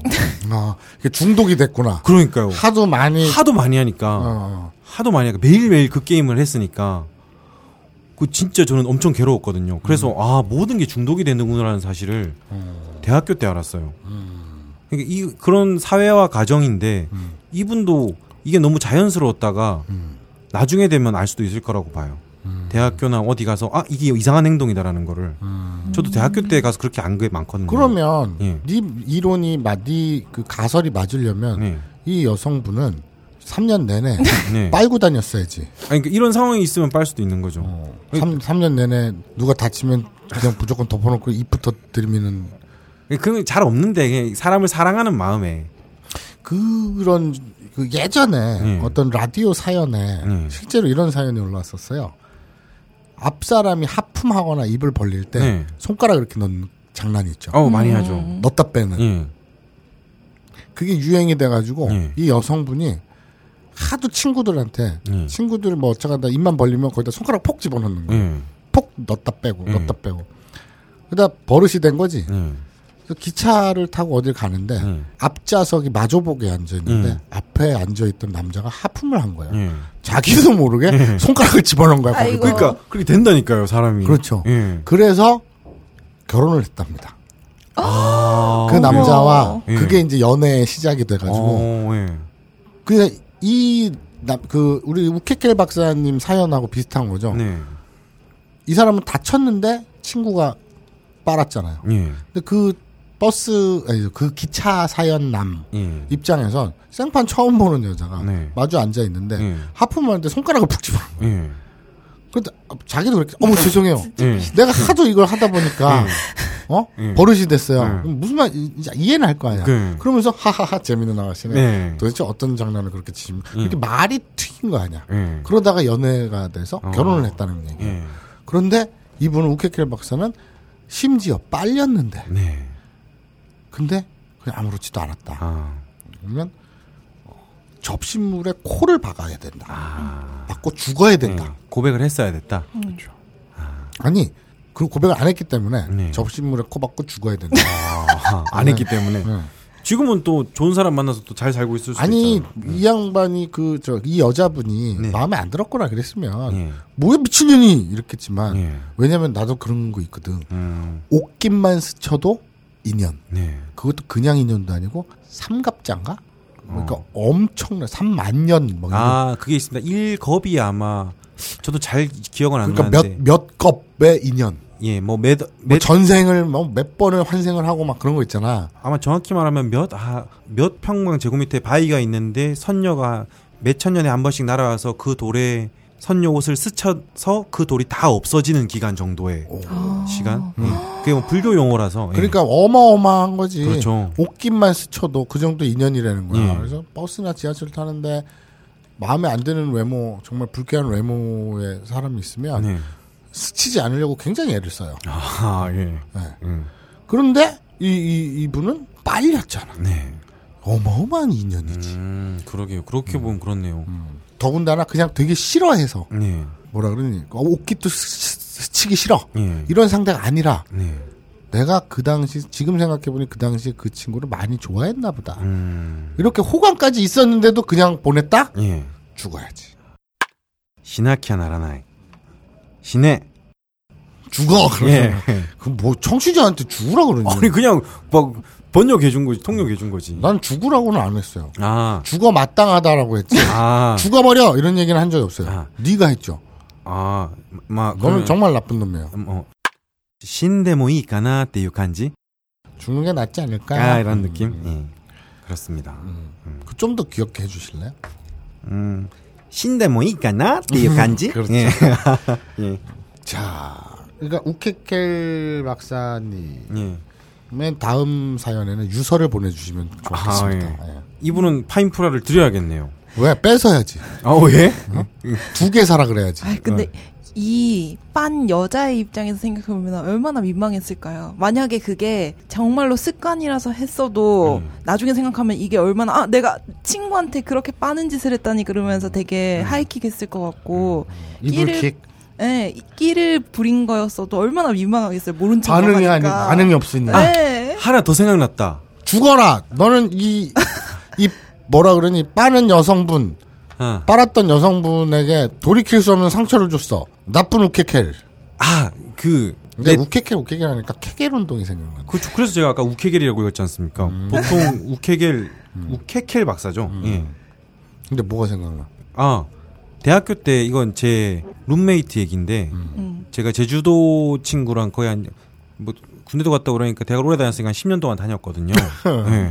B: 아, 이게 중독이 됐구나.
A: 그러니까요.
B: 하도 많이.
A: 하도 많이
B: 어,
A: 하니까
B: 어.
A: 하도 많이 하니까 매일매일 그 게임을 했으니까 그 진짜 저는 엄청 괴로웠거든요. 그래서
B: 음.
A: 아 모든 게 중독이 되는구나라는 사실을 대학교 때 알았어요.
B: 음.
A: 그러니까 이 그런 사회와 가정인데 이분도 이게 너무 자연스러웠다가
B: 음.
A: 나중에 되면 알 수도 있을 거라고 봐요. 대학교나 어디 가서 아 이게 이상한 행동이다라는 거를 저도 대학교 때 가서 그렇게 안 게 많거든요.
B: 음. 그러면
A: 예.
B: 네 이론이 네 맞이그 가설이 맞으려면
A: 네.
B: 이 여성분은 3년
A: [LAUGHS]
B: 내내
A: 네.
B: 빨고 다녔어야지.
A: 아니, 그러니까 이런 상황이 있으면 빨 수도 있는 거죠. 그러니까
B: 어, 3, 삼년 내내 누가 다치면 그냥 무조건 덮어놓고 입부터 들이미는
A: 그런 게 잘 없는데 그냥 사람을 사랑하는 마음에
B: 그런 그 예전에
A: 네.
B: 어떤 라디오 사연에
A: 네.
B: 실제로 이런 사연이 올라왔었어요. 앞 사람이 하품하거나 입을 벌릴 때
A: 네.
B: 손가락 이렇게 넣는 장난이 있죠.
A: 어 많이 하죠.
B: 넣다 빼는
A: 예.
B: 그게 유행이 돼가지고
A: 네.
B: 이 여성분이 하도 친구들한테
A: 네.
B: 친구들 뭐 어쩌간다 입만 벌리면 거기다 손가락 폭 집어넣는 거예요.
A: 예.
B: 폭 넣다 빼고
A: 네.
B: 넣다 빼고 그다 버릇이 된 거지.
A: 예.
B: 그래서 기차를 타고 어딜 가는데
A: 음.
B: 앞좌석이 마주보게 앉아 있는데
A: 음.
B: 앞에 앉아 있던 남자가 하품을 한 거예요.
A: 예.
B: 자기도 모르게 손가락을 집어넣은 거야.
C: 아이고.
B: 거기다.
A: 그러니까 그렇게 된다니까요, 사람이.
B: 그렇죠.
A: 예.
B: 그래서 결혼을 했답니다.
A: 아,
B: 그 남자와
A: 예.
B: 그게 이제 연애의 시작이 돼가지고
A: 어, 예.
B: 그냥 이그 우리 우케켈 박사님 사연하고 비슷한 거죠.
A: 네.
B: 이 사람은 다쳤는데 친구가 빨았잖아요.
A: 예.
B: 근데 그 버스 아니 그 기차 사연남
A: 예.
B: 입장에선 생판 처음 보는 여자가
A: 네.
B: 마주 앉아 있는데
A: 예.
B: 하품을 하는데 손가락을 푹 집어.
A: 예.
B: 근데 자기도 그렇게 어머 죄송해요.
A: 예.
B: 내가 하도 이걸 하다 보니까
A: 음.
B: 어
A: 네.
B: 버릇이 됐어요.
A: 네.
B: 그럼 무슨 말 이- 이제 이해는 할 거 아니야.
A: 네.
B: 그러면서 하하하 재밌는 아가씨네.
A: 네. 음.
B: 도대체 어떤 장난을 그렇게 치면 이렇게 말이 튀긴 거 아니야.
A: 예.
B: 그러다가 연애가 돼서
A: 어.
B: 결혼을 했다는 얘기.
A: 예.
B: 그런데 이분은 우케켈 박사는 심지어 빨렸는데
A: 네.
B: 근데 그냥 아무렇지도 않았다.
A: 아.
B: 그러면 어, 접시물에 코를 박아야 된다. 박고 죽어야
A: 예.
B: 된다.
A: 고백을 했어야 됐다. 그렇죠.
B: 아니 그 고백을 안 했기 때문에
A: 네.
B: 접시물에 코 박고
A: [LAUGHS]
B: 죽어야 된다. 네.
A: 아, 안 했기 때문에. 지금은 또 좋은 사람 만나서 또 잘 살고 있을 수도
B: 아니
A: 있잖아요.
B: 이 양반이 그 저 이 여자분이
A: 네.
B: 마음에 안 들었거나 그랬으면
A: 예.
B: 뭐야 미친년이 이랬겠지만
A: 예.
B: 왜냐면 나도 그런 거 있거든.
A: 음.
B: 옷깃만 스쳐도 인연.
A: 네.
B: 그것도 그냥 인연도 아니고 삼갑장가? 그러니까 엄청나 삼만년 뭐 이런
A: 어. 아, 그게 있습니다. 일겁이 아마 저도 잘 기억은 안
B: 그러니까
A: 나는데.
B: 몇몇 컵의 인연.
A: 예, 뭐 몇,
B: 뭐
A: 네. 몇
B: 전생을 뭐 몇 번을 환생을 하고 막 그런 거 있잖아.
A: 아마 정확히 말하면 몇, 아, 몇 평방 제곱미터에 바위가 있는데 선녀가 몇 천 년에 한 번씩 날아와서 그 돌에 선녀 옷을 스쳐서 그 돌이 다 없어지는 기간 정도의 시간. 예. 그게 뭐 불교 용어라서. 예.
B: 그러니까 어마어마한 거지.
A: 그렇죠.
B: 옷깃만 스쳐도 그 정도 인연이라는 거야.
A: 예.
B: 그래서 버스나 지하철 타는데 마음에 안 드는 외모, 정말 불쾌한 외모의 사람이 있으면
A: 네.
B: 스치지 않으려고 굉장히 애를 써요.
A: 아, 예.
B: 네.
A: 음.
B: 그런데 이, 이, 이분은 빨렸잖아.
A: 네.
B: 어마어마한 인연이지.
A: 음, 그러게요. 그렇게 보면 그렇네요.
B: 더군다나 그냥 되게 싫어해서
A: 네.
B: 뭐라 그러니 어, 옷깃도 스치- 스치기 싫어.
A: 예.
B: 이런 상대가 아니라
A: 네.
B: 내가 그 당시 지금 생각해보니 그 당시 그 친구를 많이 좋아했나 보다.
A: 음.
B: 이렇게 호감까지 있었는데도 그냥 보냈다?
A: 예.
B: 죽어야지.
A: 시나키아 나라나이. 시네.
B: 죽어.
A: 예.
B: 그러면 그럼 뭐 청취자한테 죽으라 그러니?
A: 아니 그냥 막 번역해 준 거지. 통역해 준 거지.
B: 난 죽으라고는 안 했어요.
A: 아.
B: 죽어 마땅하다라고 했지.
A: 아.
B: 죽어버려 이런 얘기는 한 적이 없어요.
A: 아.
B: 네가 했죠.
A: 아. 마
B: 너는 정말 나쁜 놈이에요.
A: 뭐 신데모 이까나 っていう感じ?
B: 죽는 게 낫지 않을까?
A: 아, 이런
B: 음.
A: 느낌? 예. 그렇습니다.
B: 그 좀 더 귀엽게 해주실래요?
A: 음. 신데모 이까나 っていう感じ?
B: 그렇죠.
A: 예. 예.
B: 자, 그러니까 우케켈 박사님.
A: 예.
B: 맨 다음 사연에는 유서를 보내주시면 좋겠습니다.
A: 아,
B: 예.
A: 이분은 파인프라를 드려야겠네요.
B: 왜 뺏어야지?
A: 아, 예?
B: 음. 두 개 사라 그래야지.
C: 아 근데 이 빤 여자의 입장에서 생각해보면 얼마나 민망했을까요? 만약에 그게 정말로 습관이라서 했어도
B: 음.
C: 나중에 생각하면 이게 얼마나 아 내가 친구한테 그렇게 빠는 짓을 했다니 그러면서 되게 하이킥했을 것 같고
B: 음. 이불킥
C: 예, 이 끼를 부린 거였어도 얼마나 민망하겠어요. 모른 척
B: 반응이 아니
C: 넘어가니까.
B: 반응이 없으니
C: 아,
B: 까
C: 예.
A: 하나 더 생각났다.
B: 죽어라. 너는 이 이 뭐라 그러니 빠는 여성분
A: 아.
B: 빨았던 여성분에게 돌이킬 수 없는 상처를 줬어. 나쁜 우케켈.
A: 아, 그, 네,
B: 근데 그러니까 우케켈 우케켈 하니까 케겔 운동이 생각나.
A: 그, 그래서 제가 아까 우케겔이라고 읽었지 않습니까?
B: 음.
A: 보통 우케겔, 우케켈 박사죠. 예.
B: 근데 뭐가 생각나?
A: 아, 대학교 때 이건 제 룸메이트 얘기인데, 제가 제주도 친구랑 거의 한, 뭐, 군대도 갔다 오라니까 대학을 오래 다녔으니까 한 10년 동안 [LAUGHS] 다녔거든요. 예.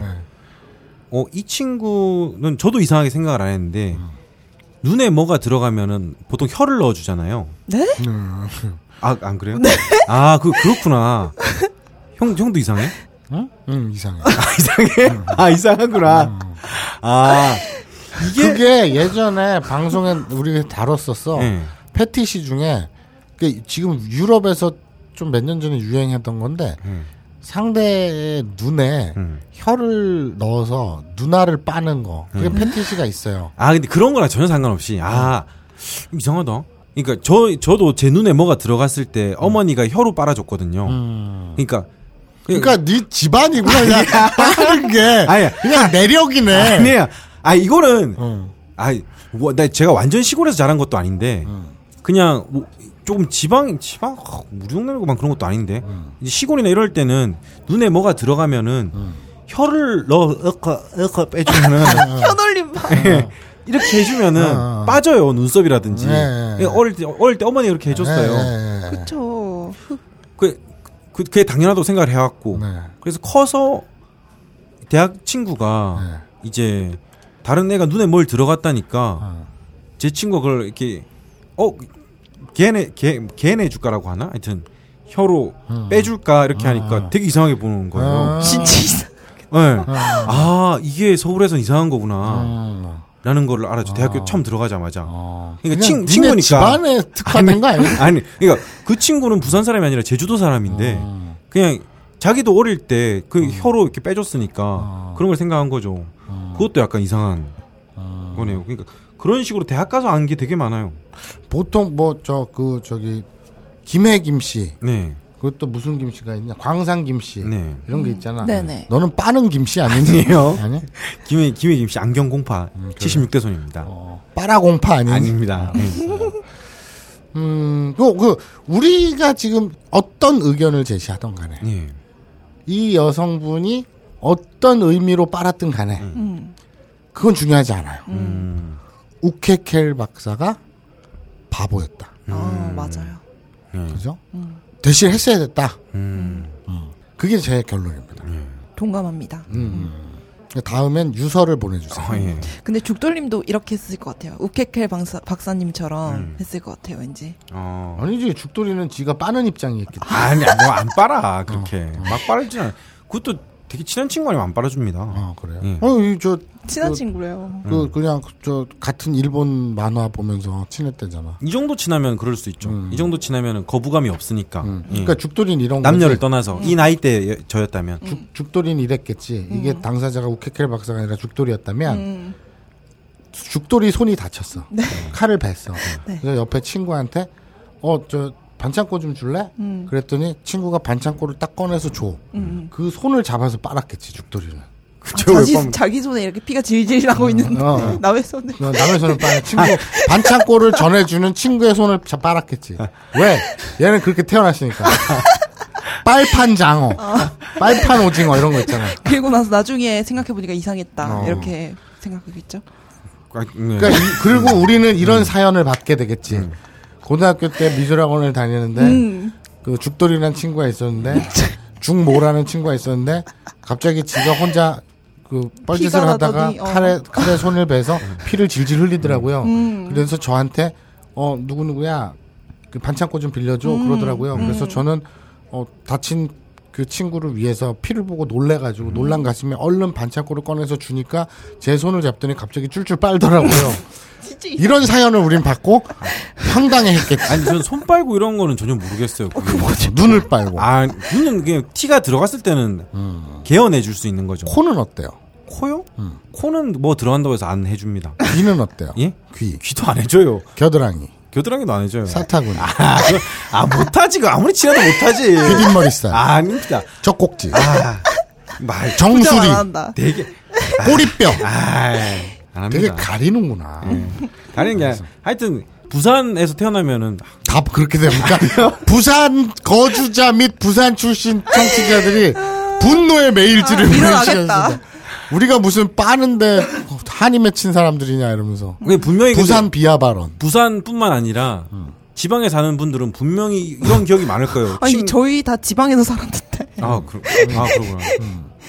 A: 어, 이 친구는 저도 이상하게 생각을 안 했는데, 눈에 뭐가 들어가면은 보통 혀를 넣어주잖아요.
C: 네?
A: 아, 안 그래요? 아, 그, 그렇구나. 형, 형도 이상해?
B: 응? 응 음, 이상해.
A: 이상해? 아, 이상하구나. 아, 이게.
B: 그게 예전에 방송에 우리 다뤘었어.
A: 예.
B: 패티시 중에 그 지금 유럽에서 좀 몇 년 전에 유행했던 건데
A: 음.
B: 상대의 눈에
A: 음.
B: 혀를 넣어서 누나를 빠는 거 그게
A: 네.
B: 패티시가 있어요.
A: 아, 근데 그런 거랑 전혀 상관없이. 아, 이상하다. 그러니까 저, 저도 제 눈에 뭐가 들어갔을 때 어머니가 혀로 빨아줬거든요. 그러니까.
B: 음. 그러니까 네 집안이구나 그냥 빠는 게
A: 아니야.
B: 그냥 내력이네. 어.
A: 아니야. 아, 이거는.
B: 응.
A: 아, 뭐, 나 제가 완전 시골에서 자란 것도 아닌데.
B: 음.
A: 그냥 뭐, 조금 지방, 지방? 아, 무령내고만 그런 것도 아닌데.
B: 음.
A: 이제 시골이나 이럴 때는 눈에 뭐가 들어가면은
B: 음.
A: 혀를 넣어, 넣어, 넣어
B: [LAUGHS]
A: 빼주면은.
B: 음.
C: 편올림 반.
B: 네.
A: 예. 이렇게 해주면은
B: 어.
A: 빠져요 눈썹이라든지
B: 예, 예, 예.
A: 예, 어릴 때 어릴 때 어머니가 이렇게 해줬어요
B: 네, 네,
C: 그쵸. 흑.
A: 그, 그 그게 당연하다고 생각을 해왔고
B: 네.
A: 그래서 커서 대학 친구가
B: 네.
A: 이제 다른 애가 눈에 뭘 들어갔다니까
B: 아.
A: 제 친구가 그걸 이렇게 어 걔네 걔 걔네 줄까라고 하나 하여튼 혀로 빼줄까 이렇게 하니까 되게 이상하게 보는 거예요.
B: 아.
C: 진짜 이상.
A: 예. 아 이게 서울에선 이상한 거구나.
B: 음.
A: 라는 걸 알았죠. 대학교 처음 들어가자마자.
B: 어.
A: 그러니까
B: 그냥
A: 친- 친구니까.
B: 니네 집안에 특화된 거
A: [LAUGHS]
B: 아니야?
A: 아니, 그러니까 그 친구는 부산 사람이 아니라 제주도 사람인데 그냥 자기도 어릴 때 그 혀로 이렇게 빼줬으니까
B: 아.
A: 그런 걸 생각한 거죠. 그것도 약간 이상한
B: 아.
A: 거네요. 그러니까 그런 식으로 대학 가서 아는 게 되게 많아요.
B: 보통 뭐 저 그 저기 김해 김씨
A: 네,
B: 그것도 무슨 김씨가 있냐? 광산 김씨.
A: 네.
B: 이런 게 있잖아.
C: 네네.
B: 너는 빠는 김씨 아니니?
A: 아니에요.
B: [LAUGHS] 아니?
A: 김해 김해 김씨 안경 공파 76대 손입니다.
B: 빠라공파 음, 어. 아니니?
A: 아닙니다. 네.
B: 음, 그, 그, 우리가 지금 어떤 의견을 제시하던 간에,
A: 네.
B: 이 여성분이 어떤 의미로 빨았든 간에, 그건 중요하지 않아요.
A: 음,
B: 우케켈 박사가 바보였다.
C: 아, 맞아요.
B: 그죠? 대신 했어야 됐다.
A: 음.
B: 그게 제 결론입니다.
C: 동감합니다.
B: 음. 다음엔 유서를 보내주세요.
A: 아, 예.
C: 근데 죽돌님도 이렇게 했을 것 같아요. 우케켈 박사, 박사님처럼
B: 음.
C: 했을 것 같아요, 왠지.
A: 어.
B: 아니지, 죽돌이는 지가 빠는 입장이었기 때문에. 어.
A: 아니, 뭐 안 빨아 그렇게 막 빨지 않아. 그것도 되게 친한 친구 아니면 안 빨아줍니다.
B: 아 그래요.
A: 예. 음.
B: 어, 이 저,
C: 친한
B: 그- [LAUGHS]
C: 친구래요.
B: 그 그냥 그저 같은 일본 만화 보면서 친했대잖아.
A: 이 정도 지나면 그럴 수 있죠.
B: 음.
A: 이 정도 지나면 거부감이 없으니까.
B: 음.
A: 예.
B: 그러니까 죽돌이는 이런
A: 남녀를
B: 거지.
A: 떠나서 이 나이 때 저였다면
B: 죽, 죽돌이는 이랬겠지. 이게 당사자가 우케켈 박사가 아니라 죽돌이였다면
C: 음.
B: 죽돌이 손이 다쳤어. 칼을 뱄어.
C: 네.
B: 그래서 옆에 친구한테 어 저 반창고 좀 줄래? 그랬더니 친구가 반창고를 딱 꺼내서 줘. 그 손을 잡아서 빨았겠지 죽돌이는.
C: 아, 자기, 자기 손에 이렇게 피가 질질 나고 있는데
B: 어.
C: [LAUGHS] 남의 손에
B: 어, 남의 손을 빨아 친구 반창고를 전해주는 친구의 손을 자 빨았겠지. 왜? 얘는 그렇게 태어났으니까. 빨판 장어, 빨판 오징어 이런 거 있잖아.
C: 그리고 나서 나중에 생각해 보니까 이상했다
B: 어.
C: 이렇게 생각하겠죠.
A: 아, 네.
B: 그러니까 이- 그리고 우리는 이런 사연을 받게 되겠지. 고등학교 때 미술학원을 다니는데
C: 음.
B: 그 죽돌이라는 친구가 있었는데 중모라는 친구가 있었는데 갑자기 지가 혼자 그 뻘짓을
C: 피가
B: 하다가
C: 나더니, 어.
B: 칼에 칼에 손을 베서 피를 질질 흘리더라고요.
C: 음.
B: 그래서 저한테 어 누구 누구야 그 반창고 좀 빌려줘
C: 음.
B: 그러더라고요. 그래서 저는 어 다친 그 친구를 위해서 피를 보고
C: 음.
B: 놀래가지고 놀란 가슴에 얼른 반창고를 꺼내서 주니까 제 손을 잡더니 갑자기 줄줄
C: [LAUGHS]
B: 빨더라고요. 이런 사연을 우린 받고 황당해했겠지.
A: [LAUGHS] 아니 저는 손 빨고 이런 거는 전혀 모르겠어요. 그게.
B: 눈을 빨고.
A: 아 눈은 그냥 티가 들어갔을 때는
B: 음.
A: 개어내 줄 수 있는 거죠.
B: 코는 어때요?
A: 요
B: 음.
A: 코는 뭐 들어간다고 해서 안 해줍니다.
B: 귀는 어때요?
A: 예?
B: 귀,
A: 귀도 안 해줘요.
B: 겨드랑이,
A: 겨드랑이도 안 해줘요.
B: 사타구니,
A: 아, 그거- 아 못하지. 그 아무리 친해도
B: [LAUGHS]
A: 못하지.
B: 뒷머리살,
A: 아닙니다.
B: 젖꼭지,
A: 아, 말
C: 포장
B: 정수리,
C: 안 한다.
A: 되게
B: 꼬리뼈.
A: 아이, 안
B: 되게
A: 합니다.
B: 가리는구나.
A: 다른 게 아니- 하여튼 부산에서 태어나면은
B: 다 그렇게 됩니까? 부산 거주자 및 부산 출신 청취자들이 분노의 메일지를
C: 아, 일어나겠다.
B: 보내주셨습니다. 우리가 무슨 빠는데 한이 맺힌 사람들이냐 이러면서
A: 그게 분명히 근데
B: 부산 음. 비하 발언.
A: 부산뿐만 아니라 지방에 사는 분들은 분명히 이런 기억이 많을 거예요.
C: 아니
A: 친-
C: 저희 다 지방에서 살았는데. [LAUGHS]
A: 아, 그러, 아 그러구나.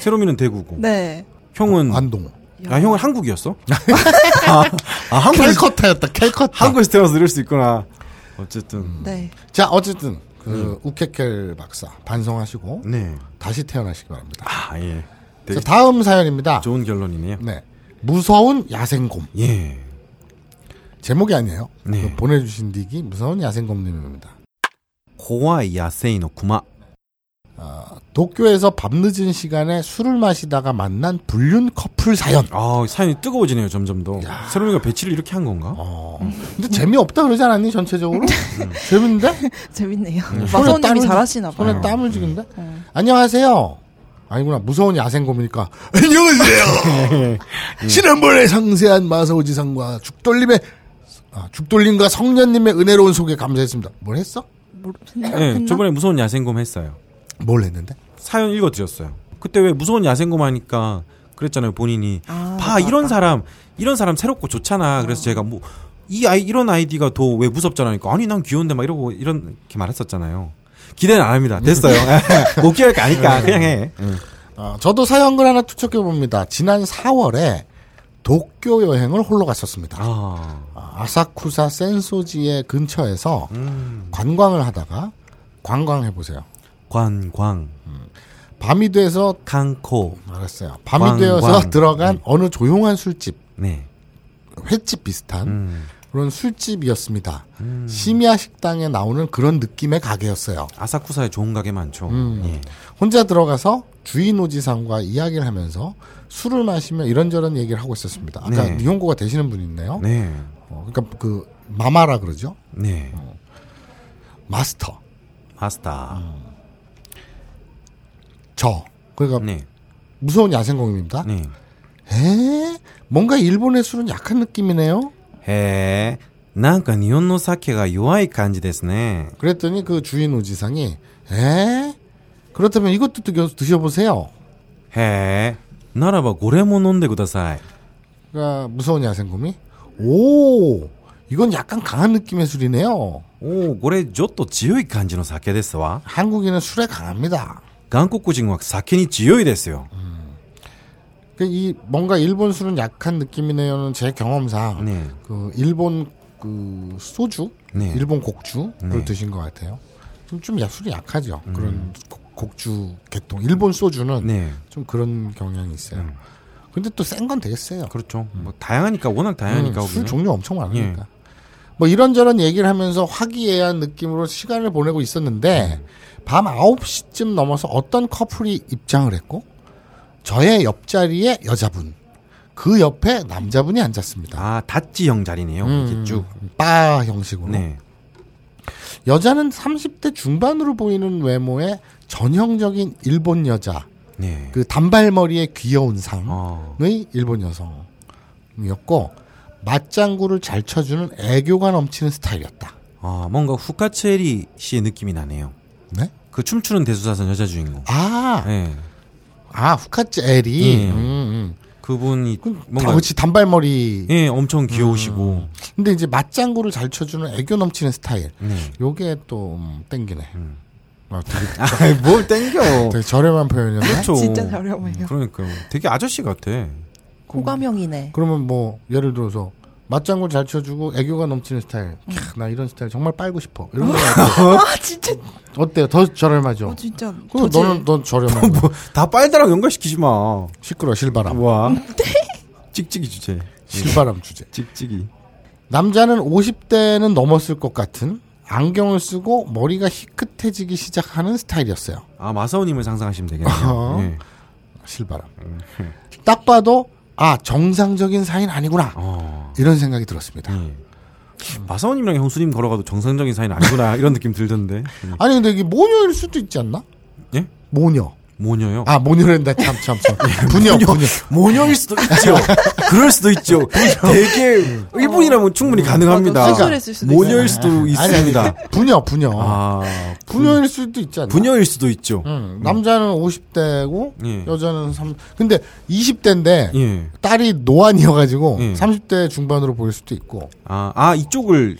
A: 세롬이는 대구고
C: 네.
A: 형은
B: 안동.
A: 아 형은 한국이었어? 아, 아 한국에서
B: 캘커타였다. 캘커타.
A: 한국에서 태어나서 이럴 수 있구나. 음. 어쨌든
C: 네.
B: 자 어쨌든 그 우케켈 박사 반성하시고
A: 네.
B: 다시 태어나시기 바랍니다.
A: 아 예. 되게
B: 자, 다음 사연입니다.
A: 좋은 결론이네요.
B: 네. 무서운 야생곰.
A: 예.
B: 제목이 아니에요.
A: 네.
B: 그 보내주신 닉이 무서운 야생곰님입니다.
A: 고와 야세이노 구마.
B: 도쿄에서 밤늦은 시간에 술을 마시다가 만난 불륜 커플 사연.
A: 아 사연이 뜨거워지네요 점점 더. 세롬이가 배치를 이렇게 한 건가?
B: 어. 근데 재미없다 그러지 않았니, 전체적으로? 재밌는데?
C: 재밌네요. 마선님이 잘하시나 봐요.
B: 음.
C: 네.
B: 손에 땀을 쥐는데? 안녕하세요. 아니구나, 무서운 야생곰이니까. [LAUGHS]
C: [LAUGHS]
B: 안녕하세요.
C: 예.
B: 지난번에 상세한 마사오지상과 죽돌림의, 아, 죽돌림과 성년님의 은혜로운 소개 감사했습니다. 뭘 했어?
C: 모르-
A: 네,
C: 뭐, 생각했나?
A: 저번에 무서운 야생곰 했어요.
B: 뭘 했는데?
A: 사연 읽어드렸어요. 그때 왜 무서운 야생곰 하니까 그랬잖아요 본인이.
C: 아,
A: 봐 이런 사람 이런 사람 새롭고 좋잖아. 그래서 제가 뭐 이 아이 이런 아이디가 더 왜 무섭잖아니까 아니 난 귀여운데 막 이러고 이런 이렇게 말했었잖아요. 기대는 안 합니다. 됐어요. [LAUGHS] 못 기할 거 아니까 그냥 해.
B: 아, 저도 사연글 하나 투척해 봅니다. 지난 4월에 도쿄 여행을 홀로 갔었습니다.
A: 아,
B: 아사쿠사 센소지의 근처에서
C: 음.
B: 관광을 하다가 관광해 보세요.
A: 관광
B: 밤이 돼서
A: 칸코
B: 알았어요. 밤이
A: 관광.
B: 되어서 들어간 어느 조용한 술집,
A: 네.
B: 횟집 비슷한
A: 음.
B: 그런 술집이었습니다. 심야 식당에 나오는 그런 느낌의 가게였어요.
A: 아사쿠사에 좋은 가게 많죠. 예.
B: 혼자 들어가서 주인 오지상과 이야기를 하면서 술을 마시며 이런저런 얘기를 하고 있었습니다. 아까
A: 네.
B: 니용고가 되시는 분 있네요.
A: 네.
B: 어, 그러니까 그 마마라 그러죠.
A: 네.
B: 마스터.
A: 마스터.
B: 저. 그러니까
A: 네.
B: 무서운 야생공입니다.
A: 네.
B: 에? 뭔가 일본의 술은 약한 느낌이네요.
A: へえ、なんか日本の酒が弱い感じですね。
B: 그랬더니 그 주인 오지상이 에? 그렇다면 이것도 드- 드셔보세요.
A: へえ、ならばこれも飲んでください。
B: 그러니까 무서운 야생곰이 오 이건 약간 강한 느낌의 술이네요.
A: おお、これちょっと強い感じの酒ですわ。
B: 한국인은 술에 강합니다.
A: 韓国人は酒に強いですよ。
B: 그이 뭔가 일본 술은 약한 느낌이네요는 제 경험상
A: 네.
B: 그 일본 그 소주,
A: 네.
B: 일본 곡주를
A: 네. 음.
B: 드신 것 같아요. 좀, 좀 야- 술이 약하죠. 그런 곡- 곡주 계통 일본 소주는
A: 네. 음.
B: 좀 그런 경향이 있어요. 근데 또 센 건 되게 세요.
A: 그렇죠. 뭐 다양하니까 워낙 다양하니까
B: 음, 술
A: 우리는. 예.
B: 종류 엄청 많으니까. 뭐 이런저런 얘기를 하면서 화기애애한 느낌으로 시간을 보내고 있었는데
A: 음.
B: 밤 9시쯤 넘어서 어떤 커플이 입장을 했고 저의 옆자리에 여자분 그 옆에 남자분이 앉았습니다.
A: 아 다찌형 자리네요.
B: 음。
A: 이게 쭉.
B: 바 형식으로.
A: 네.
B: 여자는 30대 중반으로 보이는 외모의 전형적인 일본 여자.
A: 네.
B: 그 단발머리의 귀여운 상의
A: 어.
B: 일본 여성이었고 맞장구를 잘 쳐주는 애교가 넘치는 스타일이었다.
A: 아 뭔가 후카체리 씨의 느낌이 나네요.
B: 네?
A: 그 춤추는 대수사선 여자 주인공.
B: 아,
A: 네.
B: 아 후카젤이
A: 예.
B: 음,
A: 그분이
B: 음.
A: 뭔가
B: 그렇지 단발머리.
A: 예 엄청 귀여우시고.
B: 근데 이제 맞장구를 잘 쳐주는 애교 넘치는 스타일.
A: 네.
B: 요게 또 음, 땡기네. 아, 되게,
A: [LAUGHS] 아이, 뭘 땡겨.
B: 되게 저렴한 표현이었네.
A: 그렇죠.
C: 진짜 저렴해요.
A: 그러니까 되게 아저씨 같아.
C: 고감형이네.
B: 그러면 뭐 예를 들어서 맞장구 잘 쳐주고 애교가 넘치는 스타일. 캬, 나 이런 스타일 정말 빨고 싶어. 이런
A: [LAUGHS]
B: 거
C: [LAUGHS] 아 진짜,
B: 어때요? 더 저렴하죠.
C: 어, 진짜.
B: 그? 그럼
C: 저질.
B: 너는 넌 저렴한 거.
A: 뭐, 다 빨다랑 연관시키지 마.
B: 시끄러 워 실바람.
A: 와. 찍찍이 주제.
B: 실바람 주제.
A: 찍찍이.
B: 남자는 50대는 넘었을 것 같은 안경을 쓰고 머리가 희끗해지기 시작하는 스타일이었어요.
A: 아 마사오님을 상상하시면 되겠네요.
B: 어허.
A: 예.
B: 실바람.
A: 음.
B: 딱 봐도 아 정상적인 사이는 아니구나
A: 어.
B: 이런 생각이 들었습니다.
A: 예. 마사오님이랑 형수님 걸어가도 정상적인 사이는 아니구나 이런 느낌 들던데. 음.
B: 아니 근데 이게 모녀일 수도 있지 않나?
A: 예?
B: 모녀.
A: 모녀요.
B: 아 모녀랜다 참 참 참. [LAUGHS] 부녀 부녀.
A: 모녀일 수도 있죠. [LAUGHS] 그럴 수도 있죠. 되게 일본이라면 충분히 가능합니다.
C: 맞아, 수술했을 수도
A: 모녀일 수도
B: 아니, 네. 아니,
A: 있습니다.
B: 부녀 부녀.
A: 아,
B: 부녀일 수도 있지 않나?
A: 부녀일 수도 있죠.
B: 음, 남자는 50대고
A: 예.
B: 여자는 3 근데 20대인데
A: 예.
B: 딸이 노안이어가지고
A: 예.
B: 30대 중반으로 보일 수도 있고
A: 아, 아 이쪽을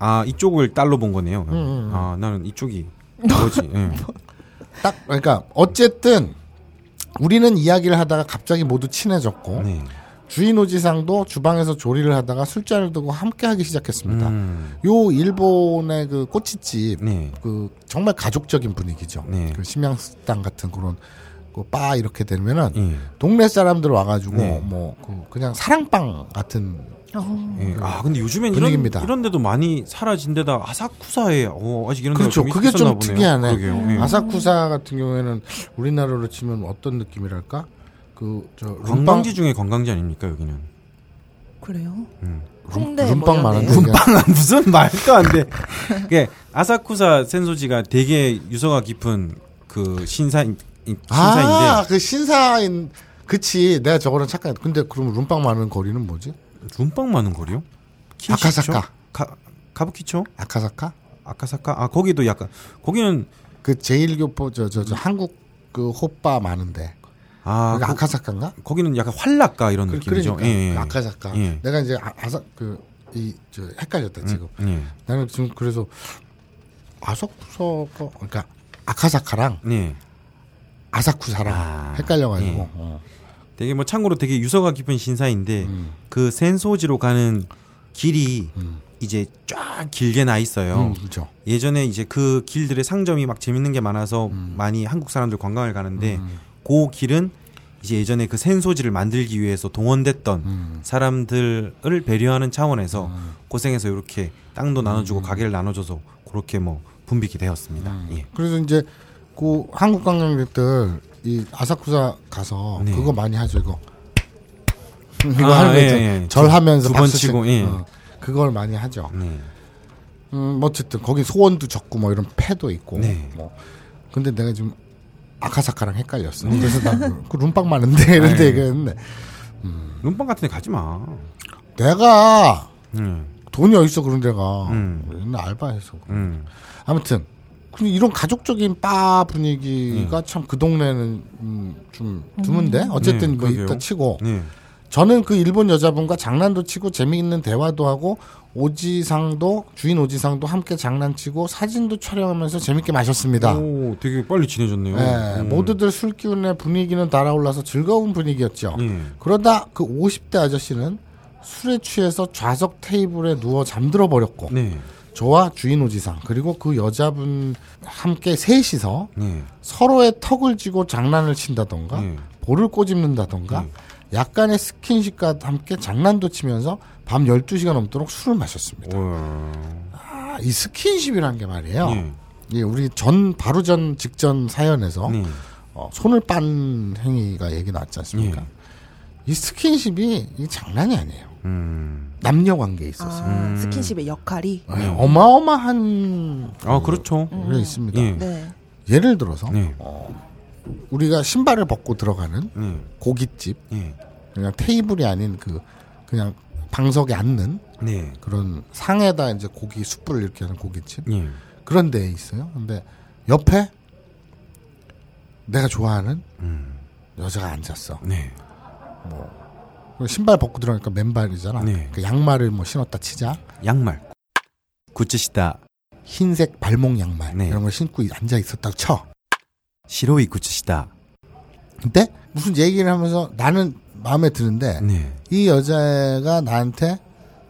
A: 아 이쪽을 딸로 본 거네요.
B: 음,
A: 아 나는
B: [LAUGHS]
A: 이쪽이 뭐지? 예.
B: 딱 그러니까 어쨌든 우리는 이야기를 하다가 갑자기 모두 친해졌고
A: 네.
B: 주인 오지상도 주방에서 조리를 하다가 술잔을 두고 함께 하기 시작했습니다.
A: 음,
B: 요 일본의 그 꼬치집
A: 네.
B: 그 정말 가족적인 분위기죠.
A: 네.
B: 그 심양식당 같은 그런 그바 이렇게 되면은
A: 예.
B: 동네 사람들 와가지고
A: 네.
B: 뭐그 그냥 사랑방 같은
C: 어,
A: 예. 아 근데 요즘엔 이런
B: 분위기입니다.
A: 이런 데도 많이 사라진 데다 아사쿠사에 어, 아직 이런 데가
B: 그렇죠.
A: 좀
B: 그게
A: 있었나 보네요.
B: 좀 특이하네.
A: 그러게요. 예.
B: 아사쿠사 같은 경우에는 우리나라로 치면 어떤 느낌이랄까? 그저
A: 관광지 중에 관광지 아닙니까 여기는?
C: 그래요?
A: 음.
C: 홍대
B: 룸빵
C: 뭐
B: 말하는
C: 이런 데.
B: 얘기야.
A: [LAUGHS] 무슨 말도 안 돼. 그게 아사쿠사 센소지가 되게 유서가 깊은 그 신사인 이- 신사인데
B: 아, 그 신사인 그치. 내가 저거랑 착각. 근데 그럼 룸빵 많은 거리는 뭐지?
A: 룸빵 많은 거리요? 킨시초?
B: 아카사카.
A: 가 가부키초?
B: 아카사카?
A: 아카사카? 아 거기도 약간 거기는
B: 그 제일교포 저 저 저 한국 그 호빠 많은데.
A: 아
B: 거기
A: 거,
B: 아카사카인가?
A: 기는 약간 활락가 이런
B: 그러니까 그,
A: 느낌이죠.
B: 그러니까
A: 예, 예.
B: 그 아카사카.
A: 예.
B: 내가 이제 아, 아사 그이저 헷갈렸다 지금.
A: 예.
B: 나는 지금 그래서 아사쿠사가 그러니까 아카사카랑
A: 네.
B: 아사쿠사랑
A: 아,
B: 헷갈려가지고
A: 예.
B: 어.
A: 되게 뭐 참고로 되게 유서가 깊은 신사인데
B: 음.
A: 그 센소지로 가는 길이 이제 쫙 길게 나 있어요.
B: 음, 그죠.
A: 예전에 이제 그 길들의 상점이 막 재밌는 게 많아서 많이 한국 사람들 관광을 가는데 그 길은 이제 예전에 그 센소지를 만들기 위해서 동원됐던 사람들을 배려하는 차원에서 고생해서 이렇게 땅도 나눠주고 가게를 나눠줘서 그렇게 뭐 분비기 되었습니다. 예.
B: 그래서 이제 그 한국 관광객들 이 아사쿠사 가서
A: 네.
B: 그거 많이 하죠 이거 이거
A: 아,
B: 하는 거
A: 예,
B: 있죠.
A: 예.
B: 절하면서
A: 두번
B: 박수
A: 치고,
B: 치고
A: 예.
B: 그걸 많이 하죠.
A: 네.
B: 음, 어쨌든 거기 소원도 적고 뭐 이런 패도 있고.
A: 네.
B: 뭐. 근데 내가 지금 아카사카랑 헷갈렸어. 그래서
A: [LAUGHS]
B: 나그 룸빵 많은데 이런
A: 네. 아, 예.
B: 데 얘기했는데
A: 룸빵 같은 데 가지 마.
B: 내가
A: 음.
B: 돈이 어딨어 그런 데가
A: 음.
B: 맨날 알바해서
A: 음.
B: 아무튼 근데 이런 가족적인 바
A: 음.
B: 분위기가 참 그 동네는 음, 좀 드문데 어쨌든
A: 네,
B: 뭐
A: 그러게요.
B: 있다 치고
A: 네.
B: 저는 그 일본 여자분과 장난도 치고 재미있는 대화도 하고 오지상도 주인 오지상도 함께 장난치고 사진도 촬영하면서 재밌게 마셨습니다.
A: 오, 되게 빨리 친해졌네요.
B: 예,
A: 음.
B: 모두들 술기운의 분위기는 달아올라서 즐거운 분위기였죠.
A: 예.
B: 그러다 그 50대 아저씨는 술에 취해서 좌석 테이블에 누워 잠들어 버렸고
A: 네.
B: 저와 주인 오지상 그리고 그 여자분 함께 셋이서
A: 예.
B: 서로의 턱을 쥐고 장난을 친다던가
A: 예.
B: 볼을 꼬집는다던가 약간의 스킨십과 함께 장난도 치면서 밤 12시가 넘도록 술을 마셨습니다.
A: 어,
B: 아, 이 스킨십이라는 게 말이에요.
A: 예.
B: 예, 우리 전 바로 전 직전 사연에서
A: 네.
B: 어, 손을 빤 행위가 얘기 나왔지 않습니까?
A: 예.
B: 이 스킨십이 이 장난이 아니에요.
A: 음.
B: 남녀 관계에 있어서
C: 아, 스킨십의 역할이.
B: 예, 어마어마한
A: 아 그렇죠.
B: 게 있습니다.
A: 예.
C: 네.
B: 예. 를 들어서
A: 예.
B: 우리가 신발을 벗고 들어가는
A: 예.
B: 고깃집
A: 예.
B: 그냥 테이블이 아닌 그 그냥 방석에 앉는
A: 네.
B: 그런 상에다 이제 고기 숯불을 이렇게 하는 고깃집
A: 예.
B: 그런 데에 있어요. 근데 옆에 내가 좋아하는
A: 음.
B: 여자가 앉았어.
A: 네.
B: 그리고 신발 벗고 들어가니까 맨발이잖아.
A: 네.
B: 그 양말을 뭐 신었다 치자.
A: 양말. 구찌시다.
B: 흰색 발목 양말
A: 네.
B: 이런 걸 신고 앉아 있었다고 쳐.
A: 시로이 구찌시다.
B: 근데 무슨 얘기를 하면서 나는 마음에 드는데
A: 네.
B: 이 여자가 나한테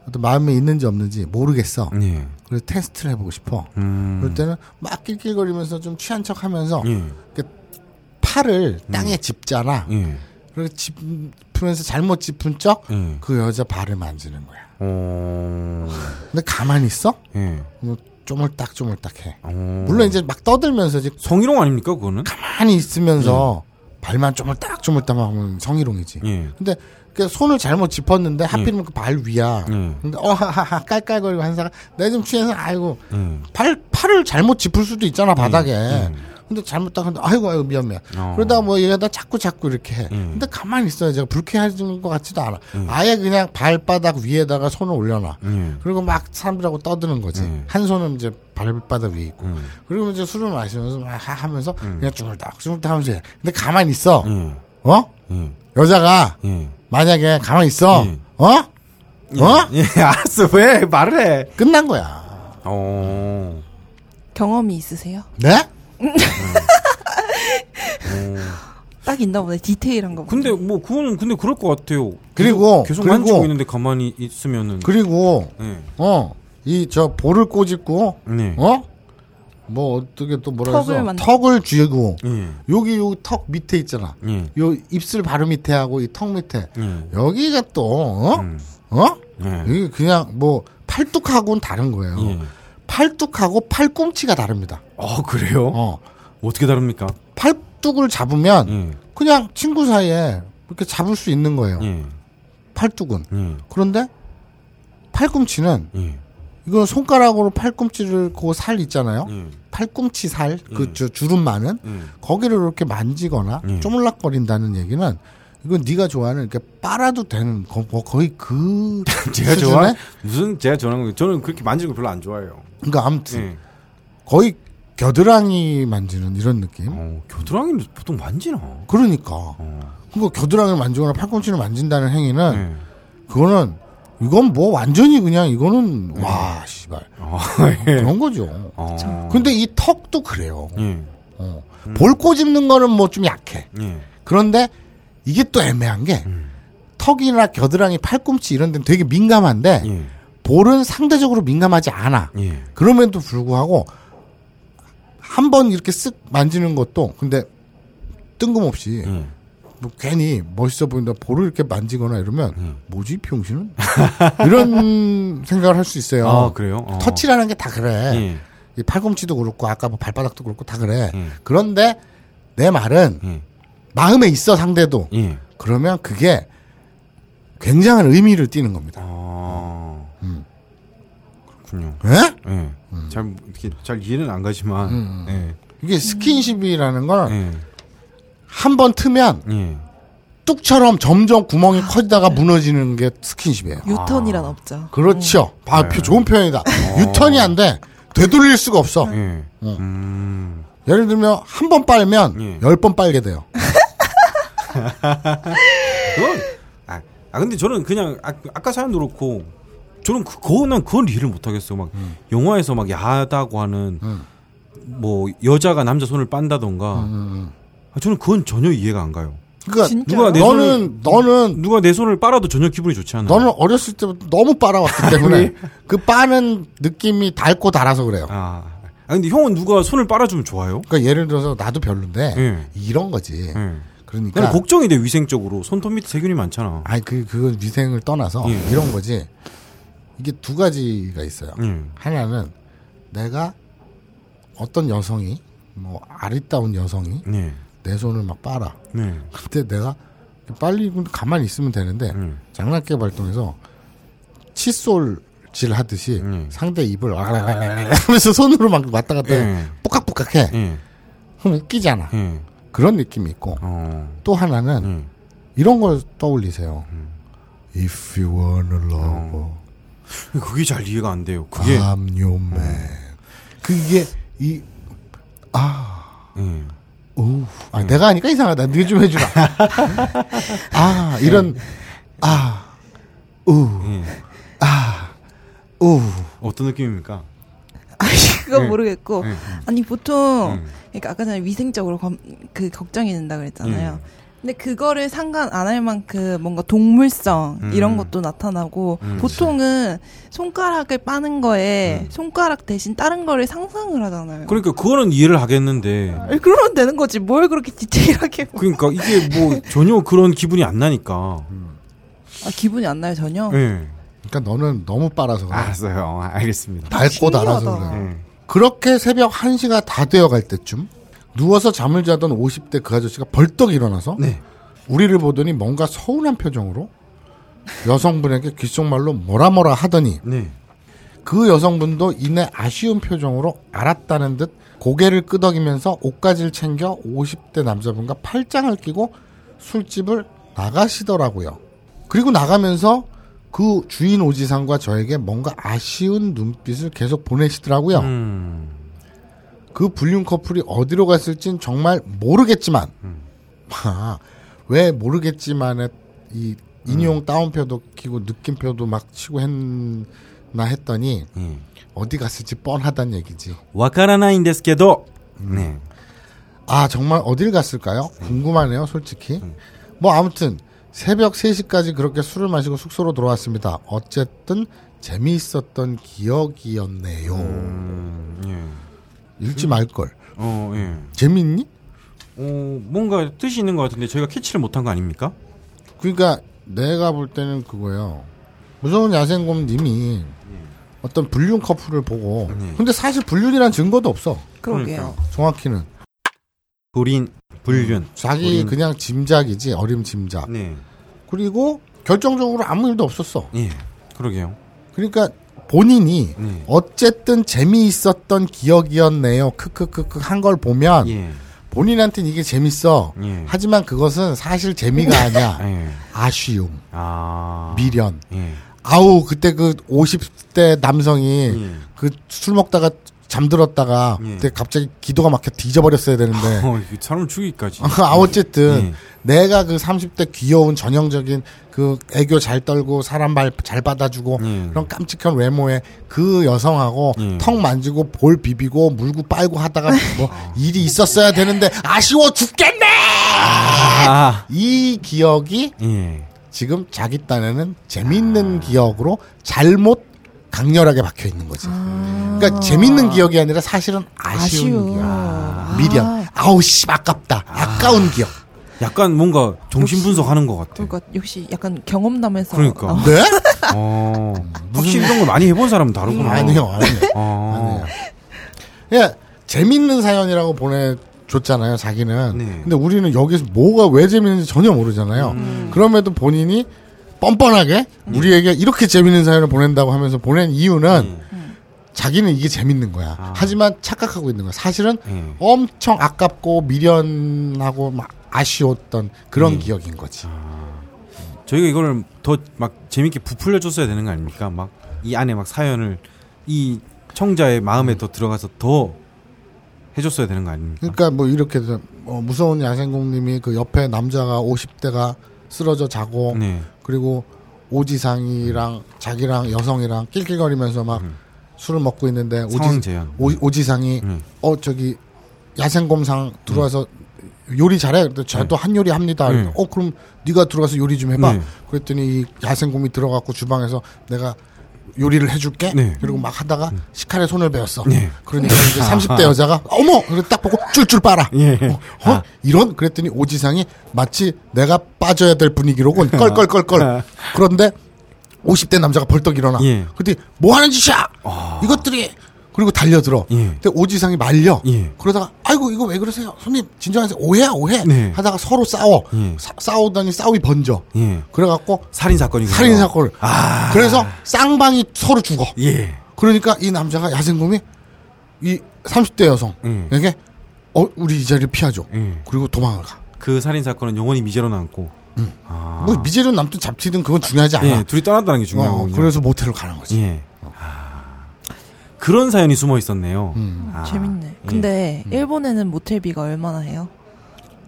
B: 어떤 마음에 있는지 없는지 모르겠어.
A: 네.
B: 그래서 테스트를 해보고 싶어.
A: 음.
B: 그럴 때는 막 낄낄거리면서 좀 취한 척하면서
A: 예.
B: 팔을
A: 음.
B: 땅에 짚잖아.
A: 예.
B: 그리고 짚으면서 잘못 짚은 척 그
A: 예.
B: 여자 발을 만지는 거야.
A: 어.
B: 근데 가만히 있어?
A: 예.
B: 뭐 쪼물딱 쪼물딱 해.
A: 어.
B: 물론 이제 막 떠들면서 이제
A: 성희롱 아닙니까 그거는?
B: 음. 가만히 있으면서 발만 쪼물딱 쪼물딱 하면 성희롱이지.
A: 예.
B: 근데 그 손을 잘못 짚었는데 하필이면 그 발 위야.
A: 예.
B: 근데 어하하 깔깔거리고 한사가 내가 좀 취해서 아이고
A: 예.
B: 팔 팔을 잘못 짚을 수도 있잖아 바닥에. 근데 잘못 딱 근데 아이고 아이고 미안해.
A: 어.
B: 그러다 뭐 얘가 자꾸 자꾸 이렇게 해.
A: 음.
B: 근데 가만히 있어요. 제가 불쾌해지는 것 같지도 않아. 아예 그냥 발바닥 위에다가 손을 올려놔.
A: 예.
B: 그리고 막 사람들하고 떠드는 거지.
A: 음.
B: 한 손은 이제 발바닥 위에 있고.
A: 음.
B: 그리고 이제 술을 마시면서 막 하- 하면서 그냥 주물딱 주물딱 하면서 해. 근데 가만히 있어.
A: 예.
B: 어?
A: 예.
B: 여자가
A: 예.
B: 만약에 가만히 있어.
A: 음.
B: 어? 어?
A: 예. [LAUGHS] 알았어. 왜 말을 해?
B: 끝난 거야.
A: 어.
C: 경험이 있으세요?
B: 네?
C: 딱 있나 보네. 디테일한 거.
A: 근데 뭐 그거는 근데 그럴 것 같아요.
B: 그리고,
A: 계속
B: 그리고-
A: 만지고 있는데 가만히 있으면은
B: 그리고
A: 예.
B: 어, 이 저 볼을 꼬집고,
A: 네.
B: 어? 뭐 어떻게 또 뭐라
C: 턱을
B: 해서
C: 만-
B: 턱을 쥐고
A: 예.
B: 여기 여기 턱 밑에 있잖아.
A: 예.
B: 요 입술 바로 밑에 하고 이 턱 밑에
A: 예.
B: 여기가 또 어?
A: 음.
B: 어?
A: 예.
B: 이게 그냥 뭐 팔뚝하고는 다른 거예요.
A: 예.
B: 팔뚝하고 팔꿈치가 다릅니다.
A: 아 그래요?
B: 어.
A: 어떻게 다릅니까?
B: 팔뚝을 잡으면
A: 예.
B: 그냥 친구 사이에 이렇게 잡을 수 있는 거예요.
A: 예.
B: 팔뚝은.
A: 예.
B: 그런데 팔꿈치는
A: 예.
B: 이건 손가락으로 팔꿈치를 그 살 있잖아요.
A: 예.
B: 팔꿈치 살, 그
A: 예.
B: 저 주름 많은
A: 예.
B: 거기를 이렇게 만지거나
A: 예.
B: 쪼물락거린다는 얘기는 이건 네가 좋아하는 이렇게 빨아도 되는 거, 뭐 거의 그
A: [LAUGHS] 제가
B: 수준의?
A: 좋아 무슨 제가 좋아하는 거 저는 그렇게 만지는 거 별로 안 좋아해요.
B: 그러니까 아무튼
A: 예.
B: 거의 겨드랑이 만지는 이런 느낌.
A: 어, 겨드랑이는 보통 만지나?
B: 그러니까
A: 어.
B: 그거 겨드랑이를 만지거나 팔꿈치를 만진다는
A: 예.
B: 행위는 그거는 이건 뭐 완전히 그냥 이거는 와 씨발
A: 예. 어. [LAUGHS]
B: 그런 거죠.
A: 어.
B: 근데 이 턱도 그래요.
A: 예.
B: 어. 볼 꼬집는 거는 뭐 좀 약해.
A: 예.
B: 그런데 이게 또 애매한 게
A: 음.
B: 턱이나 겨드랑이, 팔꿈치 이런 데는 되게 민감한데
A: 예.
B: 볼은 상대적으로 민감하지 않아.
A: 예.
B: 그럼에도 불구하고 한 번 이렇게 쓱 만지는 것도 근데 뜬금없이
A: 예.
B: 뭐 괜히 멋있어 보인다 볼을 이렇게 만지거나 이러면
A: 음.
B: 뭐지 병신은 이런 [LAUGHS] 생각을 할 수 있어요.
A: 아 그래요? 어.
B: 터치라는 게 다 그래.
A: 예.
B: 이 팔꿈치도 그렇고 아까 뭐 발바닥도 그렇고 다 그래.
A: 음.
B: 그런데 내 말은
A: 예.
B: 마음에 있어 상대도
A: 예.
B: 그러면 그게 굉장한 의미를 띠는 겁니다.
A: 아.
B: 음.
A: 그렇군요.
B: 예?
A: 예. 잘 이렇게 잘 이해는 안 가지만.
B: 음,
A: 예.
C: 음.
B: 이게 스킨십이라는 건 한 번
A: 예.
B: 트면
A: 예.
B: 뚝처럼 점점 구멍이
C: 아,
B: 커지다가
C: 네.
B: 무너지는 게 스킨십이에요.
C: 유턴이란 없죠. [LAUGHS] 음.
B: 그렇죠. 아,
A: 네.
B: 표- 좋은 표현이다.
A: 어.
B: 유턴이 안 돼. 되돌릴 수가 없어.
A: 예. 음.
B: 예를 들면 한 번 빨면
A: 예.
B: 열 번 빨게 돼요.
A: 그건 아, 아 근데 저는 그냥 아, 아까 사연도 그렇고 저는 그거는 그건 이해를 못 하겠어. 막
B: 음.
A: 영화에서 막 야하다고 하는
B: 음,
A: 뭐 여자가 남자 손을 빤다던가. 아, 저는 그건 전혀 이해가 안 가요.
B: 그러니까
C: 진짜
A: 누가 내
B: 너는 너는
A: 누가 내 손을 빨아도 전혀 기분이 좋지 않아.
B: 너는 어렸을 때부터 너무 빨아왔기 때문에 그 빠는 느낌이 달고 달아서 그래요.
A: 아. 아 근데 형은 누가 손을 빨아주면 좋아요?
B: 그러니까 예를 들어서 나도 별론데
A: 예.
B: 이런 거지.
A: 예.
B: 그러니까
A: 나는 걱정이 돼 위생적으로 손톱 밑에 세균이 많잖아.
B: 아니 그 그건 위생을 떠나서
A: 예.
B: 이런 거지. 이게 두 가지가 있어요.
A: 예.
B: 하나는 내가 어떤 여성이 뭐 아리따운 여성이
A: 네.
B: 내 손을 막 빨아.
A: 네.
B: 그때 내가 빨리 가만히 있으면 되는데
A: 음.
B: 장난기 발동해서 칫솔질 하듯이
A: 음.
B: 상대 입을 하면서 손으로 막 왔다 갔다
A: 예.
B: 뽀깍뽀깍해.
A: 예.
B: 그럼 웃기잖아.
A: 예.
B: 그런 느낌이 있고
A: 어.
B: 또 하나는
A: 예.
B: 이런 걸 떠올리세요.
A: 음.
B: If you wanna love,
A: 어. 그게 잘 이해가 안 돼요. 그게
B: I'm your man. 그게 이 아.
A: 예.
B: 오우, 음. 아, 내가 하니까 이상하다. 네가 좀 해주라. [LAUGHS] 아, 이런, 아, 우, 아, 우.
A: 어떤 느낌입니까?
C: 아니 그건
A: 예.
C: 모르겠고
A: 예.
C: 아니 보통
A: 음.
C: 그러니까 아까 전에 위생적으로 검- 그 걱정이 된다 그랬잖아요. 근데 그거를 상관 안 할 만큼 뭔가 동물성
A: 음.
C: 이런 것도 나타나고
A: 음,
C: 보통은 손가락을 빠는 거에 손가락 대신 다른 거를 상상을 하잖아요.
A: 그러니까 그거는 이해를 하겠는데
C: 아니, 그러면 되는 거지 뭘 그렇게 [LAUGHS] 디테일하게
A: [LAUGHS] 그러니까 이게 뭐 전혀 그런 기분이 안 나니까.
C: 아, 기분이 안 나요 전혀.
A: 예.
B: 그러니까 너는 너무 빨아서 음. 그래.
A: 알았어요. 알겠습니다.
B: 달고 달아서
C: 신기하다.
B: 그래.
A: 예.
B: 그렇게 새벽 1시가 다 되어 갈 때쯤 누워서 잠을 자던 50대 그 아저씨가 벌떡 일어나서
A: 네.
B: 우리를 보더니 뭔가 서운한 표정으로 여성분에게 귓속말로 뭐라 뭐라 하더니
A: 네.
B: 그 여성분도 이내 아쉬운 표정으로 알았다는 듯 고개를 끄덕이면서 옷가지를 챙겨 50대 남자분과 팔짱을 끼고 술집을 나가시더라고요. 그리고 나가면서 그 주인 오지상과 저에게 뭔가 아쉬운 눈빛을 계속 보내시더라고요.
A: 음.
B: 그 불륜 커플이 어디로 갔을진 정말 모르겠지만, 하, 아, 왜 모르겠지만에 이 인용 따옴표도 키고 느낌표도 막 치고 했나 했더니
A: 예.
B: 어디 갔을지 뻔하단 얘기지.
A: 와카라나인데스케도. 네.
B: 아, 정말 어딜 갔을까요? 궁금하네요, 솔직히. 뭐, 아무튼, 새벽 3시까지 그렇게 술을 마시고 숙소로 돌아왔습니다. 어쨌든, 재미있었던 기억이었네요.
A: 음, 예.
B: 읽지 말걸.
A: 어, 예.
B: 재미있니?
A: 어, 뭔가 뜻이 있는 것 같은데 저희가 캐치를 못한 거 아닙니까?
B: 그러니까, 내가 볼 때는 그거예요. 무서운 야생곰 님이 어떤 불륜 커플을 보고,
A: 네.
B: 근데 사실 불륜이란 증거도 없어.
C: 그러게요.
B: 정확히는.
A: 불인, 불륜.
B: 자기
A: 불인.
B: 그냥 짐작이지, 어림 짐작.
A: 네.
B: 그리고 결정적으로 아무 일도 없었어.
A: 예. 그러게요.
B: 그러니까 본인이
A: 네.
B: 어쨌든 재미있었던 기억이었네요. 크크크크 한 걸 보면
A: 예.
B: 본인한테는 이게 재밌어.
A: 예.
B: 하지만 그것은 사실 재미가 아니야.
A: 예.
B: 아쉬움,
A: 아.
B: 미련.
A: 예.
B: 아우 그때 그 50대 남성이
A: 예.
B: 그 술 먹다가 잠들었다가
A: 예.
B: 그때 갑자기 기도가 막혀 뒤져버렸어야 되는데
A: 어, 이거 사람 [LAUGHS] 죽이기까지.
B: [LAUGHS] 아 어쨌든
A: 예.
B: 내가 그 30대 귀여운 전형적인 그 애교 잘 떨고 사람 말 잘 받아주고
A: 예.
B: 그런 깜찍한 외모에 그 여성하고
A: 예.
B: 턱 만지고 볼 비비고 물고 빨고 하다가
A: [LAUGHS]
B: 뭐 일이 있었어야 되는데 아쉬워 죽겠네
A: 아.
B: 이 기억이
A: 예.
B: 지금 자기 딴에는 재밌는 기억으로 잘못 강렬하게 박혀 있는 거지. 그러니까 재밌는 기억이 아니라 사실은 아쉬운
C: 아쉬워.
B: 기억,
C: 아.
B: 미련, 아우 씨 아깝다, 아까운 기억.
A: 약간 뭔가 정신 분석하는 것 같아.
C: 그러니까 역시 약간 경험담에서 아,
A: 그러니까.
C: 나온-
B: 네?
A: 어. 확실히 이런 걸 많이 해본 사람은 다르구나.
B: 아니요, 아니요.
A: 어.
B: 예, 재밌는 사연이라고 보내줬잖아요, 자기는.
A: 네.
B: 근데 우리는 여기서 뭐가 왜 재밌는지 전혀 모르잖아요. 그럼에도 본인이 뻔뻔하게 우리에게 이렇게 재밌는 사연을 보낸다고 하면서 보낸 이유는 자기는 이게 재밌는 거야. 하지만 착각하고 있는 거야. 사실은
A: 네.
B: 엄청 아깝고 미련하고 막 아쉬웠던 그런 기억인 거지.
A: 저희가 이걸 더 막 재밌게 부풀려 줬어야 되는 거 아닙니까? 막 이 안에 막 사연을 이 청자의 마음에 더 들어가서 더 해줬어야 되는 거 아닙니까?
B: 그러니까 뭐 이렇게 해서 어, 무서운 야생공님이 그 옆에 남자가 50대가 쓰러져 자고
A: 네.
B: 그리고 오지상이랑 자기랑 여성이랑 낄낄거리면서 막
A: 음.
B: 술을 먹고 있는데
A: 상황
B: 오지,
A: 제한.
B: 오, 오지상이
A: 음.
B: 어 저기 야생곰상 들어와서 요리 잘해. 그랬더니 저도 한 요리 합니다.
A: 네.
B: 어 그럼 네가 들어가서 요리 좀 해봐.
A: 네.
B: 그랬더니 이 야생곰이 들어갔고 주방에서 내가 요리를 해줄게.
A: 네.
B: 그리고 막 하다가 식칼에 손을 베었어.
A: 네.
B: 그러니까 이제 30대
A: [LAUGHS]
B: 여자가 어머, 그래 딱 보고 줄줄 빨아.
A: 예.
B: 어, 어? 이런 그랬더니 오지상이 마치 내가 빠져야 될
A: [LAUGHS]
B: 분위기로군. 껄껄껄껄. 그런데 50대 남자가 벌떡 일어나.
A: 아. 예. 아.
B: 그때 뭐 하는 짓이야? 이것들이 그리고 달려들어.
A: 예.
B: 근데 오지상이 말려.
A: 예.
B: 그러다가 아이고 이거 왜 그러세요? 손님 진정하세요. 오해야 오해.
A: 네.
B: 하다가 서로 싸워.
A: 예.
B: 사- 싸우더니 싸움이 번져.
A: 예.
B: 그래갖고
A: 살인 사건이
B: 살인 사건을.
A: 아.
B: 그래서 쌍방이 서로 죽어.
A: 예.
B: 그러니까 이 남자가 야생곰이 이 30대
A: 음.
B: 여성에게 어 우리 이 자리를 피하죠.
A: 예.
B: 그리고 도망을 가.
A: 그 살인 사건은 영원히 미제로 남고
B: 뭐 미제로 남든 잡히든 그건 중요하지 않아.
A: 아. 예, 둘이 떠났다는 게 중요한
B: 어,
A: 거군요.
B: 그래서 모텔로 가는 거지.
A: 예. 아, 그런 사연이 숨어 있었네요.
B: 음.
A: 아,
C: [LAUGHS] 재밌네. 근데 일본에는 모텔비가 얼마나 해요?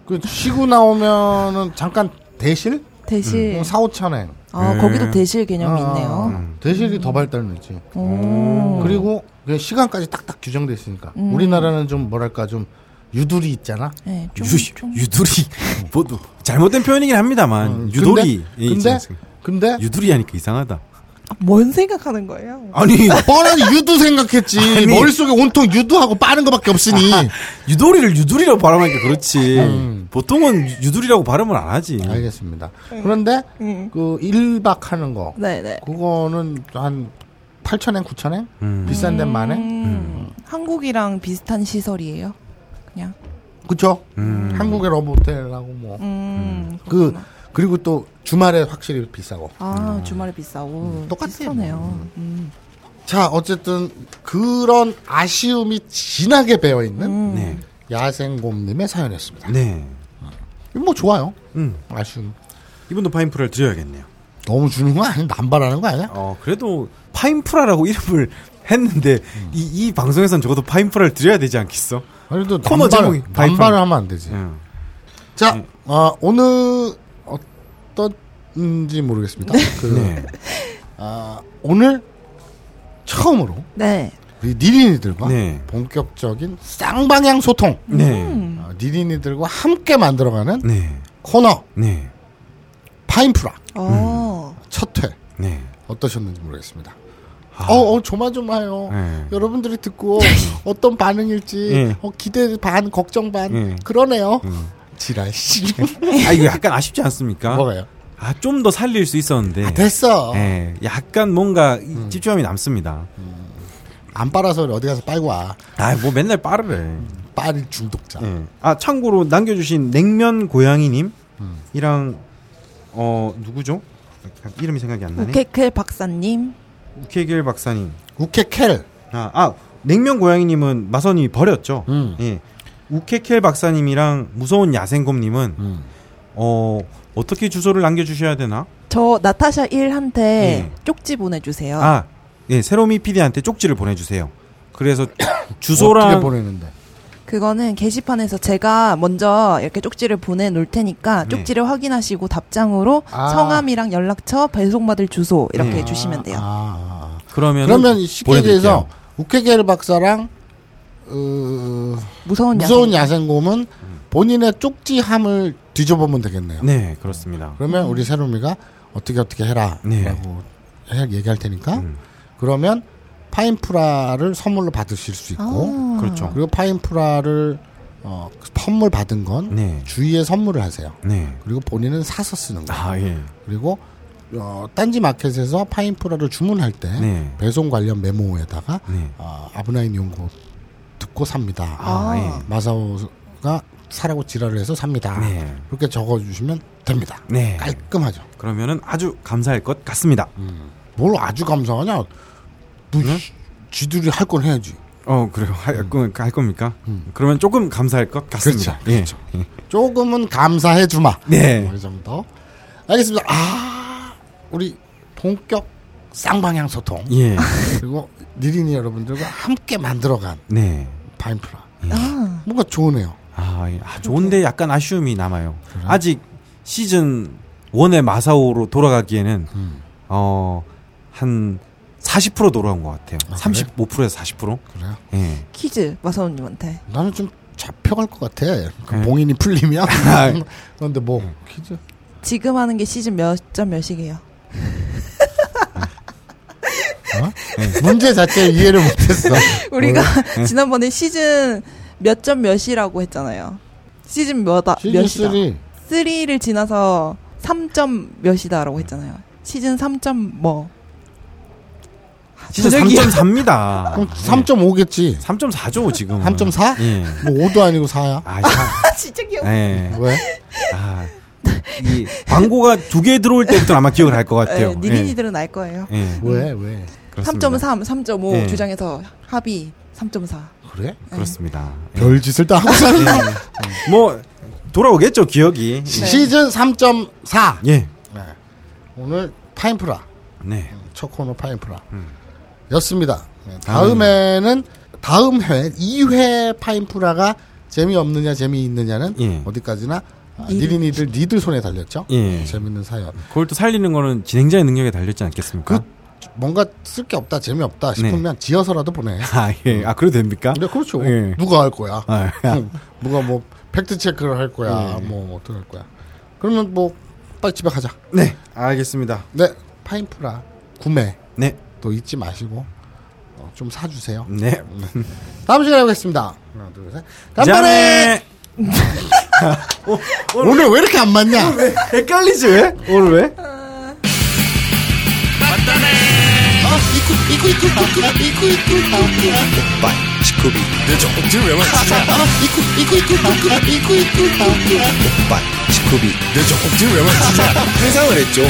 B: 그 쉬고 나오면은 잠깐 대실?
C: 대실.
B: 음, 4, 5천엔.
C: 아
A: 예.
C: 거기도 대실 개념이 있네요.
A: 음.
B: 대실이 더 발달했지.
C: 오.
B: 그리고 그 시간까지 딱딱 규정돼 있으니까.
C: 음.
B: 우리나라는 좀 뭐랄까 좀 유두리
A: [LAUGHS]
B: 있잖아.
C: 네, 좀, 좀
A: 유, 유돌이 뭐 [LAUGHS] 잘못된 표현이긴 합니다만
B: 음,
A: 유돌이
B: 근데-
A: 예,
B: 근데
A: 있지 않습니까?
B: 근데
A: 유돌이 하니까 이상하다.
C: 아, 뭔 생각하는 거예요?
A: 아니
B: 뭐 뻔한 유두 생각했지.
A: 아니.
B: 머릿속에 온통 유두하고 빠른 거밖에 없으니.
A: 유돌이를 유돌이라고 발음하니까 아, 예. 그렇지. 보통은 유돌이라고 발음을 안 하지.
B: [LAUGHS] 알겠습니다. 그런데
C: 음.
B: 그 1박 하는 거.
C: 네네.
B: 그거는 한 8천엔, 9천엔?
A: 음.
B: 비싼 데 만에?
C: 음, 한국이랑 비슷한 시설이에요. 그냥.
B: 그쵸?
A: 음.
B: 한국의 러브호텔하고 뭐.
C: 음.
B: 그 그리고 또 주말에 확실히 비싸고.
C: 아 주말에 비싸고.
B: 똑같아요.
C: 비싸네요. 음.
B: 자, 어쨌든 그런 아쉬움이 진하게 배어 있는
C: 음.
A: 네.
B: 야생곰님의 사연이었습니다.
A: 네.
B: 뭐 좋아요.
A: 음.
B: 아쉬움.
A: 이분도 파인프라를 드려야겠네요.
B: 너무 주는 거 아니야? 남발하는 거 아니야?
A: 어, 그래도 파인프라라고 이름을 했는데 이, 이 방송에선 적어도 파인프라를 드려야 되지 않겠어?
B: 그래도
A: 코너 제목이
B: 남발,
A: 바이퍼.
B: 남발을 하면 안 되지.
A: 음.
B: 자, 어, 오늘 어떤지 모르겠습니다. 그,
A: 네.
B: 아, 오늘 처음으로
C: 네.
B: 우리 니린이들과
A: 네.
B: 본격적인 쌍방향 소통,
A: 네.
B: 어, 니린이들과 함께 만들어가는
A: 네.
B: 코너
A: 네.
B: 파인프라
C: 어.
B: 첫 회.
A: 네. 어떠셨는지
B: 어떠셨는지 모르겠습니다. 어, 어, 조마조마해요.
A: 아. 네.
B: 여러분들이 듣고 어떤 반응일지
A: 네.
B: 어, 기대 반 걱정 반
A: 네.
B: 그러네요. 지랄 씨
A: 아, 이거 약간 아쉽지 않습니까?
B: 뭐가요?
A: 아, 좀 더 살릴 수 있었는데.
B: 아, 됐어. 음.
A: 예, 약간 뭔가 이 집중함이 남습니다.
B: 안 빨아서 어디 가서 빨고 와.
A: 아, 뭐 맨날 빠르래.
B: 빨 중독자.
A: 예. 아, 참고로 남겨주신 냉면 고양이님,
B: 음.
A: 이랑, 어, 누구죠? 이름이 생각이 안 나네.
C: 우케켈 박사님.
A: 우케길 박사님.
B: 우케켈.
A: 아, 아, 냉면 고양이님은 마선이 버렸죠.
B: 음.
A: 예. 우케켈 박사님이랑 무서운 야생곰님은,
B: 음.
A: 어, 어떻게 주소를 남겨주셔야 되나?
C: 저 나타샤 1한테
A: 예.
C: 쪽지 보내주세요.
A: 아, 예, 새로미 PD한테 쪽지를 보내주세요.
B: [COUGHS]
A: 그래서
B: 어떻게
A: 주소랑
B: 보내는데?
C: 그거는 게시판에서 제가 먼저 이렇게 쪽지를 보내놓을 테니까
A: 네.
C: 쪽지를 확인하시고 답장으로
B: 아.
C: 성함이랑 연락처, 배송받을 주소 이렇게
A: 네.
C: 해주시면 돼요.
B: 아,
A: 그러면
B: 그러면 쉽게 얘기해서 우케겔 박사랑 어,
C: 무서운,
B: 무서운
C: 야생.
B: 야생곰은 본인의 쪽지함을 뒤져보면 되겠네요.
A: 네 그렇습니다.
B: 그러면 우리 새롬이가 어떻게 어떻게 해라라고
A: 네. 음.
B: 해- 얘기할 테니까 그러면 파인프라를 선물로 받으실 수 있고
C: 아.
A: 그렇죠.
B: 음. 그리고 파인프라를 어, 선물 받은 건
A: 네.
B: 주위에 선물을 하세요.
A: 네.
B: 그리고 본인은 사서 쓰는 거.
A: 아 예.
B: 그리고 어, 딴지 마켓에서 파인프라를 주문할 때
A: 네.
B: 배송 관련 메모에다가
A: 네.
B: 어, 아브나인 연구 듣고 삽니다.
A: 아, 예.
B: 마사오가 사라고 지랄을 해서 삽니다.
A: 네.
B: 그렇게 적어주시면 됩니다.
A: 네.
B: 깔끔하죠.
A: 그러면은 아주 감사할 것 같습니다.
B: 음. 뭘 아주 감사하냐? 너
A: 네?
B: 지- 지들이 할 건 해야지.
A: 어 그래요. 할, 거- 할 겁니까? 그러면 조금 감사할 것 같습니다.
B: 음. 그렇죠, 음.
A: 예.
B: 조금은 감사해 주마.
A: 네.
B: 뭐이 정도. 알겠습니다. 아, 우리 본격 쌍방향 소통
A: 예.
B: [LAUGHS]
A: 예.
B: 그리고 니린이 여러분들과 함께 만들어간
A: 네.
B: 파인프라.
C: 아,
B: 뭔가 좋으네요.
A: 아, 예. 아, 좋은데
B: 그렇죠.
A: 약간 아쉬움이 남아요. 아직 시즌 1의 마사오로 돌아가기에는
B: 음.
A: 어, 한 40% 돌아온 것 같아요.
B: 아, 그래?
A: 35%에서 40%?
B: 그래요?
A: 예.
C: 퀴즈 마사오님한테.
B: 나는 좀 잡혀갈 것 같아. 그 봉인이 풀리면. 그런데 뭐 퀴즈
C: 지금 하는 게 시즌 몇 점 몇이게요?
B: 어. 문제 자체 이해를 못했어.
C: 우리가
B: 네.
C: [LAUGHS] 지난번에 시즌 몇 점 몇이라고 했잖아요. 시즌 몇아
B: 시즌 3
C: 몇이다. 3를 지나서 3점 몇이다라고 했잖아요. 시즌 3점 뭐. [LAUGHS]
A: 진짜
C: 저녁이야.
A: 3.3입니다.
B: 아, 그럼 3.5겠지.
A: 3.4죠 지금.
B: 3.4?
A: 예.
B: 뭐 5도 아니고 4야.
A: 아,
B: [LAUGHS]
A: 참.
C: 아, 진짜
B: 네,
C: 귀여워.
A: 예.
B: 왜?
A: 아, 이 광고가 두 개 들어올 때부터 아마 기억을 할 것 같아요.
C: 예,
B: 네.
C: 니린이들은 알 거예요.
A: 예. 예.
B: 왜? 왜?
A: 그렇습니다.
C: 3.3, 3.5
A: 예.
C: 주장에서 합의 3.4.
B: 그래?
A: 그렇습니다. 예. [LAUGHS]
B: 별짓을 다 하고 사는
A: 뭐 돌아오겠죠 기억이.
B: 시즌 3.4
A: 예.
B: 오늘 파인프라
A: 네.
B: 첫 코너 파인프라
A: 음.
B: 였습니다 네, 다음에는 다음 회 2회 파인프라가 재미없느냐 재미있느냐는
A: 예.
B: 어디까지나 아, 니린이들 니들 손에 달렸죠
A: 예.
B: 재밌는 사연
A: 그걸 또 살리는 거는 진행자의 능력에 달렸지 않겠습니까?
B: 뭔가 쓸 게 없다 재미없다 싶으면 지어서라도 보내
A: 아 예. 아 그래도 됩니까?
B: 근데 그렇죠
A: 네. 예.
B: 누가 할 거야
A: 아, 예.
B: 음, 누가 뭐 팩트 체크를 할 거야 뭐 어떻게 할 거야 그러면 뭐 빨리 집에 가자
A: 네. 알겠습니다.
B: 네 파인프라 구매
A: 네.
B: 또 잊지 마시고 어, 좀 사주세요.
A: 네.
B: 다음 시간에 뵙겠습니다. 하나 둘 셋. 간만에
A: 짠해.
B: 오늘 왜 이렇게 안 맞냐?
A: 헷갈리지 왜? 오늘 왜?
D: 상을 했죠.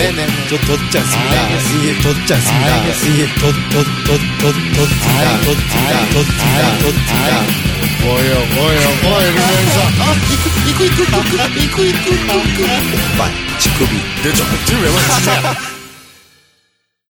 D: 저 덧지 않습니다. 이게 덧지 않습니다. 이게 덧덧덧덧덧덧다 덧다 덧다 덧다.
B: 뭐요 뭐요 뭐 이러면서
D: 오빠 직급이 늦어. 지금 왜 왔어?